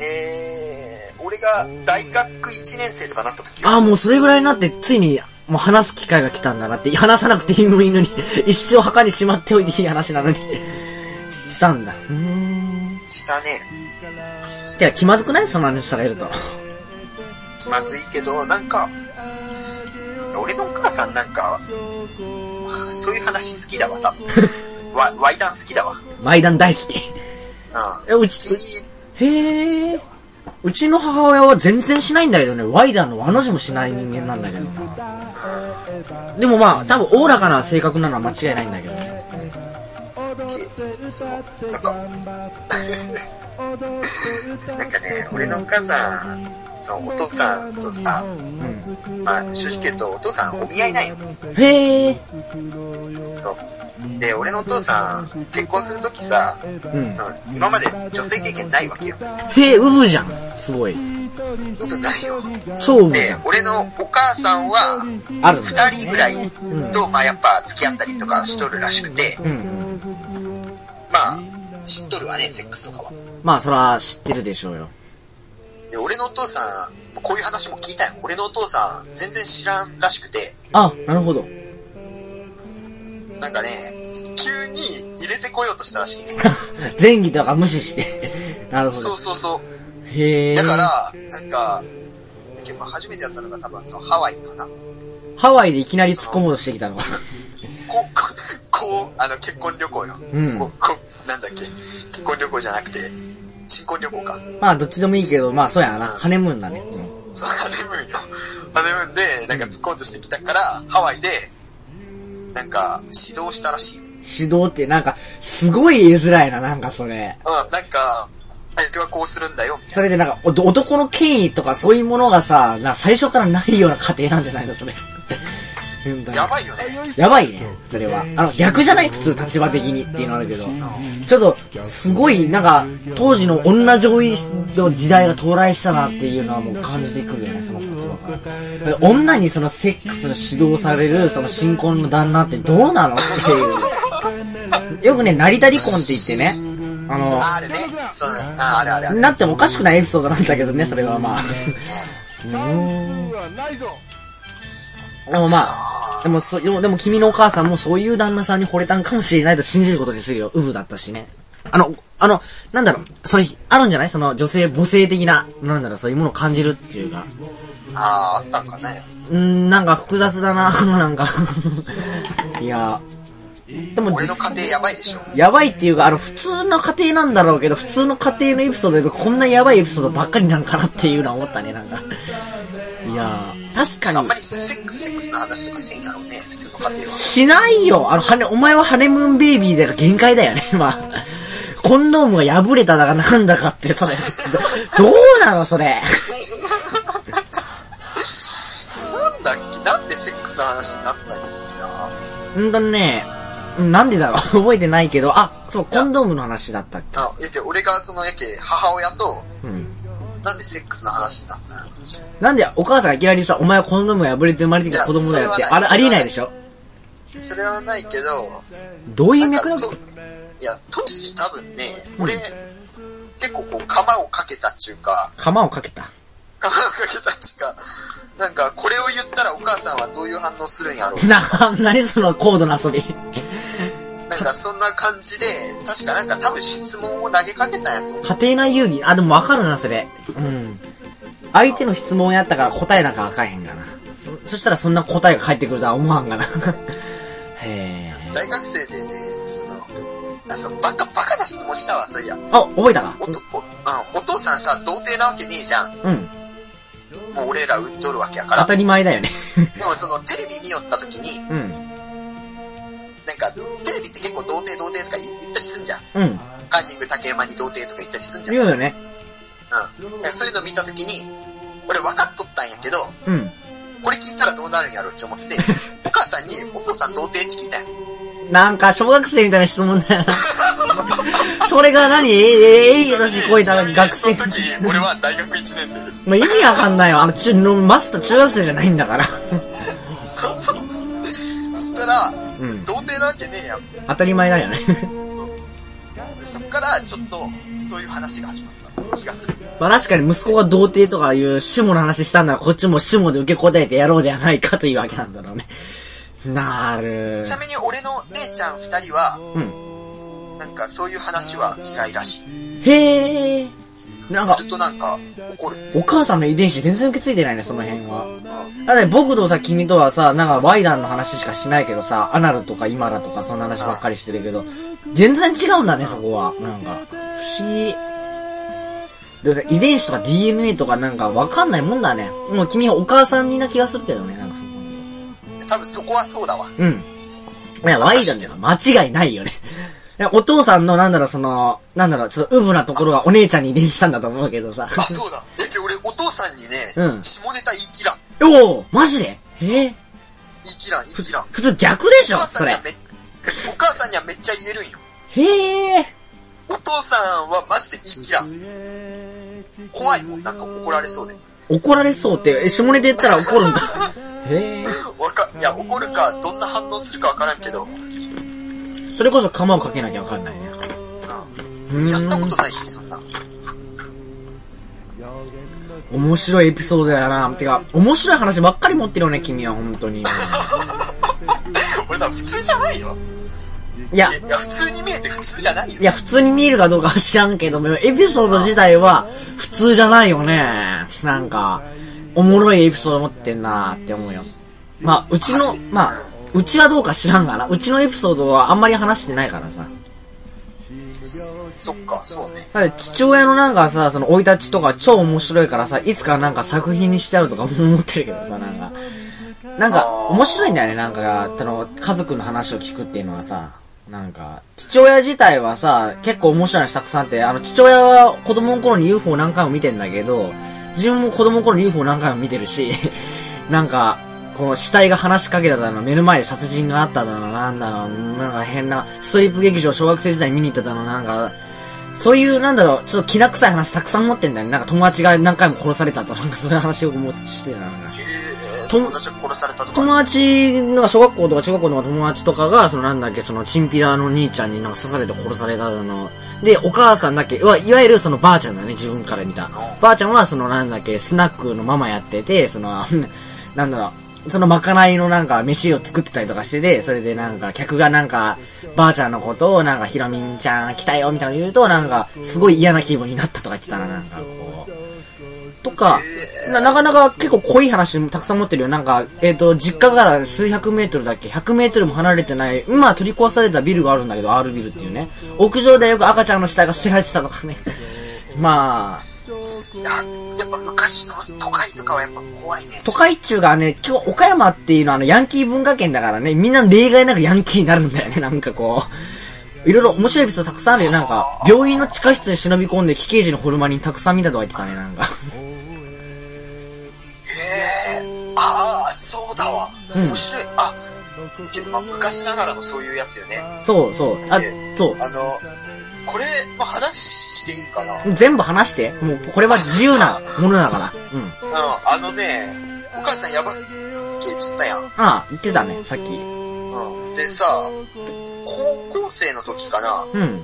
[SPEAKER 1] えー、俺が大学1年生とかなった時
[SPEAKER 2] ああ、もうそれぐらいになって、ついに、もう話す機会が来たんだなって、話さなくていいのに、一生墓にしまっておいていい話なのに、したんだ。うーん。
[SPEAKER 1] したね。
[SPEAKER 2] てか、気まずくないそんな話されると。 <laughs>
[SPEAKER 1] 気まずいけど、なんか、俺のお母さんなんか、そういう話好きだわ、多
[SPEAKER 2] <laughs>
[SPEAKER 1] 分。わ、ワイダン好きだわ。
[SPEAKER 2] 毎段大好
[SPEAKER 1] う
[SPEAKER 2] き。
[SPEAKER 1] ん。
[SPEAKER 2] えうち
[SPEAKER 1] 好き
[SPEAKER 2] へえ。うちの母親は全然しないんだけどね、ワイダーの和の字もしない人間なんだけどな。でもまあ、多分おおらかな性格なのは間違いないんだけどね。
[SPEAKER 1] なんかね、俺のお母さん、そのお父さんとさ、まあ正直言うとお父さんお見合いないよ。
[SPEAKER 2] へえ。
[SPEAKER 1] そう。で、俺のお父さん、結婚するときさ、
[SPEAKER 2] うん。
[SPEAKER 1] その今まで女性経験ないわけよ。
[SPEAKER 2] へえ、ウブじゃん。すごい。
[SPEAKER 1] うぶないよ。
[SPEAKER 2] 超ウブ
[SPEAKER 1] で
[SPEAKER 2] じゃん。、
[SPEAKER 1] 俺のお母さんは、
[SPEAKER 2] ある
[SPEAKER 1] 二
[SPEAKER 2] んだね。
[SPEAKER 1] 人ぐらいと、まあやっぱ付き合ったりとかしとるらしくて、
[SPEAKER 2] うんうん。
[SPEAKER 1] まあ、知っとるわね、セックスとかは。
[SPEAKER 2] まあ、そら知ってるでしょうよ。
[SPEAKER 1] で、俺のお父さん、こういう話も聞いたよ。俺のお父さん、全然知らんらしくて、
[SPEAKER 2] あ、なるほど。
[SPEAKER 1] なんかね、急に入れてこようとしたらしい。
[SPEAKER 2] <laughs> 前儀とか無視 <laughs> して。なるほ
[SPEAKER 1] そう
[SPEAKER 2] ど。
[SPEAKER 1] そうそう。
[SPEAKER 2] へえ。
[SPEAKER 1] だから、なんか、だけどまあ初めてやったのが多分そのハワイかな。こ <laughs>
[SPEAKER 2] ハワイでいきなり突っ込もうとしてきたのか。
[SPEAKER 1] こ、こう、あの結婚旅行よ。
[SPEAKER 2] うん
[SPEAKER 1] ここなんだっけ。結婚旅行じゃなくて、新婚旅行か。
[SPEAKER 2] まあ、どっちでもいいけど、まあ、そうやな。ハネムーンだね。
[SPEAKER 1] そう、ハネムーンよ。ハネムーンで、なんか突っ込んでしてきたから、ハワイで、なんか、指導したらしい。うん、
[SPEAKER 2] 指導ってなんか、すごい言いづらいな、なんかそれ。
[SPEAKER 1] なんか、相手はこうするんだよ、みたい
[SPEAKER 2] それでなんか、お男の権威とかそういうものがさ、な最初からないような家庭なんじゃないの、それ。 <laughs> うんだ
[SPEAKER 1] な。やばいよね。
[SPEAKER 2] やばいね、それは。あの、逆じゃない普通立場的にっていうのあるけど。ちょっと、すごい、なんか、当時の女上位の時代が到来したなっていうのはもう感じてくるよね、その言葉から。女にそのセックスの指導される、その新婚の旦那ってどうなのっていう。よくね、成田離婚って言ってね、あの、
[SPEAKER 1] ああれね。そうあ、あれあれあれ。
[SPEAKER 2] なってもおかしくないエピソードなんだけどね、それはまあ。でもまあ、でもそ、でも、でも君のお母さんもそういう旦那さんに惚れたんかもしれないと信じることにするよ。ウブだったしね。あの、あの、なんだろう、それ、あるんじゃないその女性母性的な、なんだろう、そういうものを感じるっていうか。
[SPEAKER 1] ああ、あったんかね。
[SPEAKER 2] うーん、なんか複雑だな、 <laughs> このなんか。いや、でも
[SPEAKER 1] 俺の家庭やばいでしょ。
[SPEAKER 2] やばいっていうか、あの、普通の家庭なんだろうけど、普通の家庭のエピソードでこんなやばいエピソードばっかりなんかなっていうのは思ったね、なんか。いやー、確
[SPEAKER 1] あ
[SPEAKER 2] か
[SPEAKER 1] ん
[SPEAKER 2] に
[SPEAKER 1] ま。りセックス、セックスの話とかせんやろうね、普通の家庭は。
[SPEAKER 2] しないよあの、はね、お前はハネムーンベイビーだから限界だよね、 <laughs> まあ。コンドームが破れただかなんだかって、それ。 <laughs> どどうなの、それ。
[SPEAKER 1] なんだっけなんでセックスの話になったんやっけな。
[SPEAKER 2] うんとね、なんでだろう、 <laughs> 覚えてないけど、あ、そう、コンドームの話だったっけ。
[SPEAKER 1] あ、やけ、俺がそのやけ、母親と、
[SPEAKER 2] うん。
[SPEAKER 1] なんでセックスの話になったんやろうし
[SPEAKER 2] なんでお母さんがいきなりさ、お前はコンドームが破れて生まれてきた子供だよっ
[SPEAKER 1] い
[SPEAKER 2] て、
[SPEAKER 1] やそ
[SPEAKER 2] あ
[SPEAKER 1] れはない
[SPEAKER 2] れありえないでしょ
[SPEAKER 1] それはないけど、
[SPEAKER 2] どういう
[SPEAKER 1] なん
[SPEAKER 2] 脈
[SPEAKER 1] か
[SPEAKER 2] 絡
[SPEAKER 1] と、いや、当時多分ね、俺、結構こう、釜をかけたっちゅうか、
[SPEAKER 2] 釜をかけた。
[SPEAKER 1] 釜をかけたっちゅうか、なんか、これを言ったらお母さんはどういう反応するんやろう。
[SPEAKER 2] な、 <laughs> なにその高度な <laughs> 遊び。
[SPEAKER 1] なんか、そんな感じで、確かなんか多分質問を投げかけたんやと思う。
[SPEAKER 2] 家庭内遊戯あ、でもわかるな、それ。うん。相手の質問やったから答えなんかわかへんがな。そ、そしたらそんな答えが返ってくるとは思わんが <laughs> な。へえ。
[SPEAKER 1] 大学生でね、その、あ、そう、バカ、バカな質問したわ、そういや。
[SPEAKER 2] あ、覚えたか
[SPEAKER 1] おと、お、あお父さんさ、童貞なわけねえじゃん。
[SPEAKER 2] うん。
[SPEAKER 1] もう俺ら産んどるわけやか
[SPEAKER 2] 当
[SPEAKER 1] ら。
[SPEAKER 2] たり前だよね。
[SPEAKER 1] でもその、テレビ見よった時に、
[SPEAKER 2] うん。
[SPEAKER 1] なんか、テレビって結構童貞童貞とか言言ったりすんじゃん。
[SPEAKER 2] <laughs> うん。
[SPEAKER 1] カンニング竹山に童貞とか言ったりすんじゃん。
[SPEAKER 2] 言うよね。
[SPEAKER 1] うん。だからそういうの見た時に、俺分かっとったんやけど、
[SPEAKER 2] うん。
[SPEAKER 1] これ聞いたらどうなるんやろうって思
[SPEAKER 2] <laughs>
[SPEAKER 1] って、お母さんに、お父さん童貞って聞いたんや。
[SPEAKER 2] なんか、小学生みたいな質問だ <laughs> よな。それが何え、え、え、え、私超えた学生。
[SPEAKER 1] その時、俺は大学1年生です。
[SPEAKER 2] もう意味わかんないよ。あの、中、のマスター中学生じゃないんだ <laughs> から。
[SPEAKER 1] そうそうそう。そしたら、
[SPEAKER 2] うん
[SPEAKER 1] 童貞なわけねえやん。
[SPEAKER 2] 当たり前だよね。
[SPEAKER 1] でそっから、ちょっと、そういう話が始まった気がする。
[SPEAKER 2] まあ確かに息子が童貞とかいう主語の話したんならこっちも主語で受け答えてやろうではないかというわけなんだろうね。なる
[SPEAKER 1] ちなみに俺の姉ちゃん二人は、
[SPEAKER 2] うん。
[SPEAKER 1] なんかそういう話は嫌いらしい。
[SPEAKER 2] へえ。なんか
[SPEAKER 1] ず、っとなんか怒る。
[SPEAKER 2] お母さんの遺伝子全然受け継いでないね、その辺は。
[SPEAKER 1] うん。
[SPEAKER 2] だって僕とさ、君とはさ、なんかワイダンの話しかしないけどさ、アナルとかイマラとかそんな話ばっかりしてるけど、全然違うんだね、そこは。なんか、不思議。でもさ、遺伝子とか DNA とかなんかわかんないもんだね。もう君はお母さんにな気がするけどね、なんかそこ
[SPEAKER 1] 多分そこはそうだわ。
[SPEAKER 2] うん。いや、ワイドには間違いないよね。いやお父さんの、なんだろう、その、なんだろう、ちょっとウブなところはお姉ちゃんに遺伝したんだと思うけどさ。
[SPEAKER 1] あ、そうだ。え、で俺お父さんにね、ね、
[SPEAKER 2] うん
[SPEAKER 1] 下ネタ言い切らん。
[SPEAKER 2] おおマジでえー、
[SPEAKER 1] 言い切らん、言い
[SPEAKER 2] ふ
[SPEAKER 1] 切らん。
[SPEAKER 2] 普通逆でし
[SPEAKER 1] お
[SPEAKER 2] ょ
[SPEAKER 1] 母さ
[SPEAKER 2] そ
[SPEAKER 1] んに
[SPEAKER 2] れ
[SPEAKER 1] は。め、お母さんにはめっちゃ言えるんよ。
[SPEAKER 2] へえ。
[SPEAKER 1] お父さんはマジで言い切らん。怖いもん、なんか怒られそうで。
[SPEAKER 2] 怒られそうって、え、下ネタ言ったら
[SPEAKER 1] <laughs>
[SPEAKER 2] 怒るんだ。へ
[SPEAKER 1] わか、いや、怒るか、どんな反応するかわからんけど、うん。
[SPEAKER 2] え。それこそ釜をかけなきゃわかんないね。
[SPEAKER 1] やったことないし、そんな。 <laughs>
[SPEAKER 2] 面白いエピソードやな。てか、面白い話ばっかり持ってるよね、君は、本当
[SPEAKER 1] <laughs>
[SPEAKER 2] に。
[SPEAKER 1] 俺だ、普通じゃないよ。
[SPEAKER 2] いや
[SPEAKER 1] い、や、普通に見えて普通じゃないよ。
[SPEAKER 2] いや、普通に見えるかどうかは知らんけども、エピソード自体は、普通じゃないよね。なんか、おもろいエピソード持ってんなって思うよ。まあ、うちの、まあ、うちはどうか知らんがな。うちのエピソードはあんまり話してないからさ。
[SPEAKER 1] そっか、そうね。
[SPEAKER 2] だって父親のなんかさ、その生い立ちとか超面白いからさ、いつかなんか作品にしてあるとかも思ってるけどさ、なんか。なんか、面白いんだよね、なんか、その、家族の話を聞くっていうのはさ、なんか、父親自体はさ、結構面白い話たくさんあって、あの、父親は子供の頃に UFO 何回も見てんだけど、自分も子供の頃に UFO 何回も見てるし、 <laughs> なんか、この死体が話しかけただの、目の前で殺人があっただの、なんだろう、なんか変な、ストリップ劇場小学生時代に見に行っただの、なんか、そういう、なんだろう、ちょっと気な臭い話たくさん持ってんだよね。なんか友達が何回も殺されたとか、なんかそういう話をもうしてるな。なんか
[SPEAKER 1] えー、
[SPEAKER 2] と
[SPEAKER 1] 友達が殺されたとか。
[SPEAKER 2] 友達の小学校とか中学校の友達とかが、そのなんだっけ、そのチンピラの兄ちゃんになんか刺されて殺されただの。で、お母さんだっけ、うわいわゆるそのばあちゃんだね、自分から見た。ばあちゃんはそのなんだっけ、スナックのママやってて、その、 <laughs> なんだろう、そのまかないのなんか飯を作ってたりとかしてて、それでなんか客がなんか、ばあちゃんのことをなんかひろみんちゃん来たよみたいなの言うと、なんかすごい嫌な気分になったとか言ってたな、なんかこう。とか、ななかなか結構濃い話もたくさん持ってるよ。なんか、えっ、と、実家から数百メートルだっけ ?100 メートルも離れてない、今取り壊されたビルがあるんだけど、R ビルっていうね。屋上でよく赤ちゃんの死体が捨てられてたとかね。まあ、
[SPEAKER 1] いや、やっぱ昔の都会とかはやっぱ怖いね。
[SPEAKER 2] 都会中がね、今日岡山っていうのはあのヤンキー文化圏だからね、みんな例外なくヤンキーになるんだよね、なんかこう。いろいろ面白いエピソードたくさんあるよ、なんか、病院の地下室に忍び込んで、奇形児のホルマリンたくさん見たとか言ってたね、なんか。
[SPEAKER 1] えー、ああ、そうだわ。面白い。あ、いやまあ、昔ながらのそういうやつよね。
[SPEAKER 2] そうそう。あ、そう。
[SPEAKER 1] あの、これ、まあ、話していいんかなうん。
[SPEAKER 2] 全部話して。もう、これは自由なものだから。うん。
[SPEAKER 1] あのね、お母さんやばっけ言っったやん。
[SPEAKER 2] ああ、言ってたね、さっき。
[SPEAKER 1] うん。でさ、高校生の時かな、
[SPEAKER 2] うん。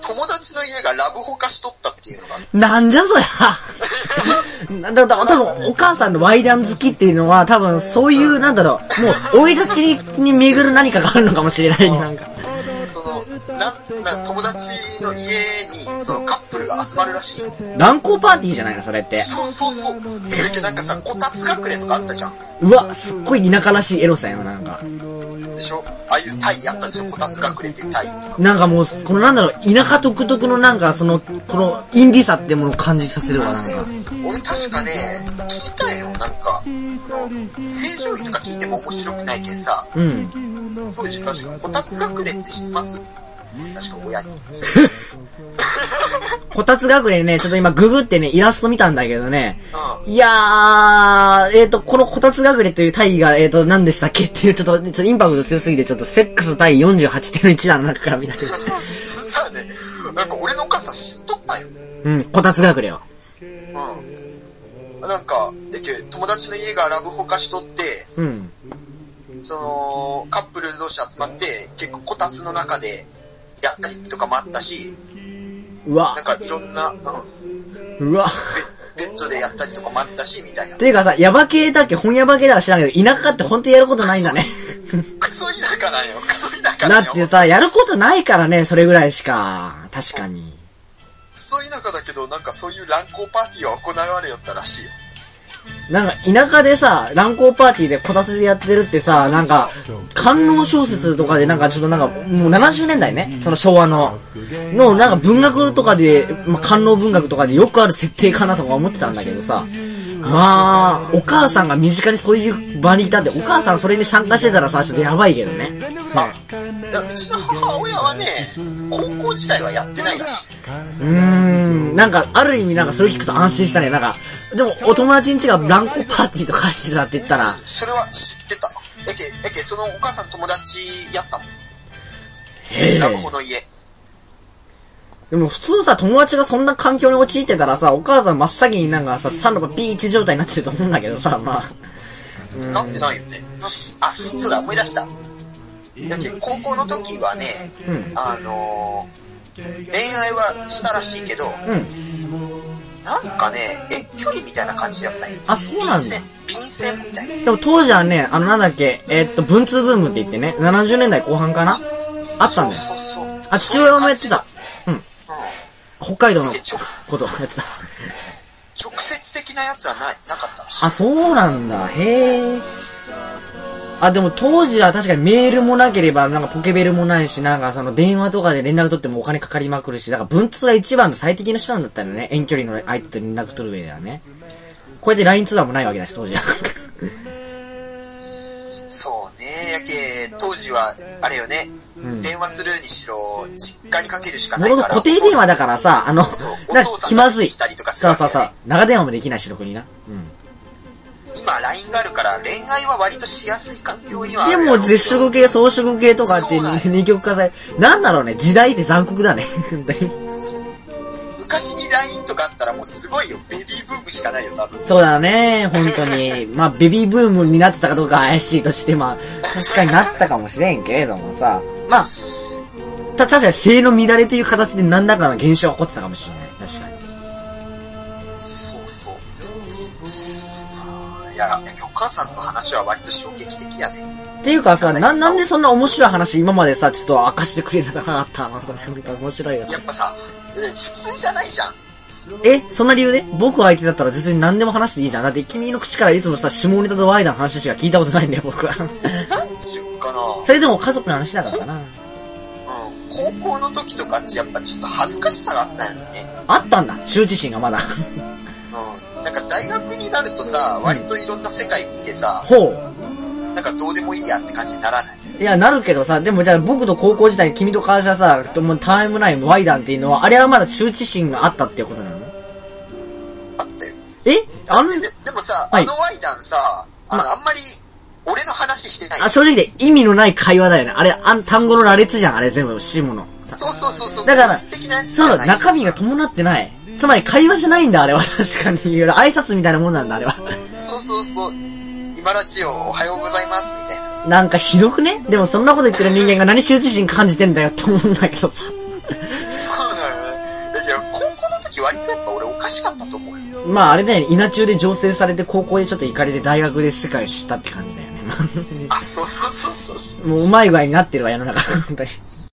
[SPEAKER 1] 友達の家がラブホ化しとったっていうのが、
[SPEAKER 2] なんじゃそりゃ <laughs> なだ、だ、多分、お母さんのワイダン好きっていうのは、多分、そういう、なんだろう、もう、追い立ちに巡る何かがあるのかもしれない、なんか。
[SPEAKER 1] その、なん、なん、友達の家に、そのカップルが集まるらしいよ。
[SPEAKER 2] 乱行パーティーじゃないの、それって。
[SPEAKER 1] そうそうそう。だってなんかさ、こたつ隠れとかあったじゃん。
[SPEAKER 2] うわ、すっごい田舎らしいエロさよ、なんか。
[SPEAKER 1] でしょああいうタイやったでしょこたつ隠れてタイとか。
[SPEAKER 2] なんかもう、このなんだろう、田舎独特のなんか、その、この、インディさってものを感じさせるわ、なんか。
[SPEAKER 1] 俺確かね、聞いたよ。なんか、その、正常位とか聞いても面白くないけんさ、
[SPEAKER 2] うん。
[SPEAKER 1] 当時確かこたつ隠れって知ってます確か親に。
[SPEAKER 2] こたつ隠れね、ちょっと今ググってね、イラスト見たんだけどね、
[SPEAKER 1] う
[SPEAKER 2] いやー、えっ、ー、と、このこたつ隠れという単位が、えっ、ー、と、何でしたっけっていう、ちょっと、ちょっとインパクト強すぎて、ちょっと、セックス対48.1弾の中から見たけど。
[SPEAKER 1] ん。そしたらね、なんか俺のお母さん知っとったんよ。
[SPEAKER 2] うん、こたつ隠れよ。
[SPEAKER 1] うん。なんか、えけ友達の家がラブホ化しとって、
[SPEAKER 2] うん。
[SPEAKER 1] その、カップル同士集まって、結構こたつの中でやったりとかもあったし、
[SPEAKER 2] うわ
[SPEAKER 1] な、んかいろんな、うん、ベ
[SPEAKER 2] うわ。
[SPEAKER 1] ベッドでやったりとかもあったし、みたいな
[SPEAKER 2] っ。ていうかさ、ヤバ系だっけ、本ヤバ系だか知らんけど、田舎って本当にやることないんだね。
[SPEAKER 1] クソ田舎なんよ、クソ田舎
[SPEAKER 2] だ
[SPEAKER 1] なんよ。
[SPEAKER 2] ってさ、やることないからね、それぐらいしか。確かに。
[SPEAKER 1] クソ田舎だけど、なんかそういう乱行パーティーは行われよったらしいよ。
[SPEAKER 2] なんか、田舎でさ、乱行パーティーでこたつでやってるってさ、なんか、官能小説とかでなんかちょっとなんか、もう70年代ね、その昭和の、のなんか文学とかで、まあ、官能文学とかでよくある設定かなとか思ってたんだけどさ、まあ、お母さんが身近にそういう場にいたんで、お母さんそれに参加してたらさ、ちょっとやばいけどね。
[SPEAKER 1] あ、いやうちの母親はね、高校時代はやってないらしい。
[SPEAKER 2] うん。うーん、なんか、ある意味なんかそれ聞くと安心したね。なんか、でも、お友達ん家がブランコパーティーとかしてたって言ったら、
[SPEAKER 1] それは知ってた。えけ、えけ、そのお母さんの友達やったもん。
[SPEAKER 2] へえ。
[SPEAKER 1] ラブホの家。
[SPEAKER 2] でも普通さ、友達がそんな環境に陥ってたらさ、お母さん真っ先になんかさ、サンドがピーチ状態になってると思うんだけどさ、まあ。
[SPEAKER 1] なってないよね。あ、そうだ、思い出した。だけど高校の時はね、
[SPEAKER 2] うん。
[SPEAKER 1] あのー恋愛はしたらしいけど、
[SPEAKER 2] うん。
[SPEAKER 1] なんかね、遠距離みたいな感じだったんよ。
[SPEAKER 2] あ、そう
[SPEAKER 1] 便
[SPEAKER 2] なんだ
[SPEAKER 1] 箋。、便箋みたいな。
[SPEAKER 2] でも当時はね、あのなんだっけ、えーっと、文通ブームって言ってね、70年代後半かなあったんだよ。
[SPEAKER 1] そうそうそう。
[SPEAKER 2] あ、父親もやってた。うん。
[SPEAKER 1] そういう感じだ。うん。
[SPEAKER 2] 北海道の
[SPEAKER 1] でちょ
[SPEAKER 2] ことをやってた。
[SPEAKER 1] 直接的なやつはない、なかったらしい。
[SPEAKER 2] あ、そうなんだ。へえ。あ、でも当時は確かにメールもなければ、なんかポケベルもないし、なんかその電話とかで連絡取ってもお金かかりまくるし、だから文通が一番の最適の手段だったよね。遠距離の相手と連絡取る上ではね。こうやって LINE 通話もないわけだし、
[SPEAKER 1] <laughs>
[SPEAKER 2] 当時は。
[SPEAKER 1] そうね、やけ、当時は、あれよね、
[SPEAKER 2] うん。
[SPEAKER 1] 電話するにしろ、実家にかけるしかな
[SPEAKER 2] も
[SPEAKER 1] い
[SPEAKER 2] と
[SPEAKER 1] から。
[SPEAKER 2] もと固定電話だからさ、あの
[SPEAKER 1] そう、
[SPEAKER 2] な
[SPEAKER 1] お
[SPEAKER 2] んか
[SPEAKER 1] 父さ
[SPEAKER 2] 気
[SPEAKER 1] んが
[SPEAKER 2] ま
[SPEAKER 1] 出
[SPEAKER 2] ず
[SPEAKER 1] て
[SPEAKER 2] い。
[SPEAKER 1] きたりとかす
[SPEAKER 2] そ
[SPEAKER 1] る
[SPEAKER 2] う
[SPEAKER 1] わけ
[SPEAKER 2] そう
[SPEAKER 1] ね
[SPEAKER 2] そう。長電話もできないし、ろくにな。うん。
[SPEAKER 1] 今 LINE があるから恋愛は割としやすい環境にはある
[SPEAKER 2] で
[SPEAKER 1] やろう
[SPEAKER 2] も、絶食系、草食系とかって
[SPEAKER 1] そうなんや
[SPEAKER 2] 二極化され、なんだろうね、時代って残酷だね。 <laughs> 本当に
[SPEAKER 1] 昔に LINE とかあったらもうすごいよ。ベビーブームしかないよ、多分。
[SPEAKER 2] そうだね、本当に。 <laughs> まあ、ベビーブームになってたかどうか怪しいとして、まあ、確かになったかもしれんけれどもさ。まあ、た、確かに性の乱れという形で何らかの現象が起こってたかもしれない。確かに。
[SPEAKER 1] そうそう。うんいや、お母さんの話は割と衝撃的やね。
[SPEAKER 2] っていうかさ、な、なんでそんな面白い話今までさ、ちょっと明かしてくれなかったのそれなんか面白いよ。
[SPEAKER 1] やっぱさ、うん普通じゃないじゃん。
[SPEAKER 2] えそんな理由で僕が相手だったら別に何でも話していいじゃん。だって君の口からいつもさ、下ネタとワイダーの話しか聞いたことないんだよ、僕は。 <laughs>
[SPEAKER 1] なんちゅうか
[SPEAKER 2] それでも家族の話だからかな。
[SPEAKER 1] な。うん。高校の時とかってやっぱちょっと恥ずかしさがあったんよね。
[SPEAKER 2] あったんだ、羞恥心がまだ。 <laughs>
[SPEAKER 1] うん。なんか大学になるとさ、割といろんな世界見てさ、
[SPEAKER 2] ほう。
[SPEAKER 1] なんかどうでもいいやって感じにならない。
[SPEAKER 2] いや、なるけどさ、でもじゃあ僕と高校時代に君と交わしたさ、ともうタイムライン、ワイダンっていうのは、あれはまだ羞恥心があったっていうことなの
[SPEAKER 1] あったよ。
[SPEAKER 2] えあの
[SPEAKER 1] で、ででもさ、
[SPEAKER 2] はい
[SPEAKER 1] あのワイダンさ、あの、あんまり、俺の話してない。
[SPEAKER 2] あ、正直で意味のない会話だよね。あれ、あん単語の羅列じゃん、あれ全部、シモの。
[SPEAKER 1] そうそうそうそう。
[SPEAKER 2] だから
[SPEAKER 1] 個人的なやつじ
[SPEAKER 2] そ
[SPEAKER 1] ゃ
[SPEAKER 2] う
[SPEAKER 1] ない
[SPEAKER 2] だ、中身が伴ってない。つまり会話じゃないんだ、あれは。確かに。いろいろ挨拶みたいなもんなんだ、あれは。 <laughs>
[SPEAKER 1] そうそうそう。今ラジオおはようございます、みたいな。
[SPEAKER 2] なんかひどくねでもそんなこと言ってる人間が何羞恥心感じてんだよって思うんだけどさ。
[SPEAKER 1] そうだよね。だけど、高校の時割とやっぱ俺おかしかったと思うよ。
[SPEAKER 2] まああれだよね、稲中で醸成されて高校でちょっと行かれて大学で世界を知ったって感じだよね。
[SPEAKER 1] あ、そうそうそうそう。
[SPEAKER 2] もううまい具合になってるわ、世の中。本当に。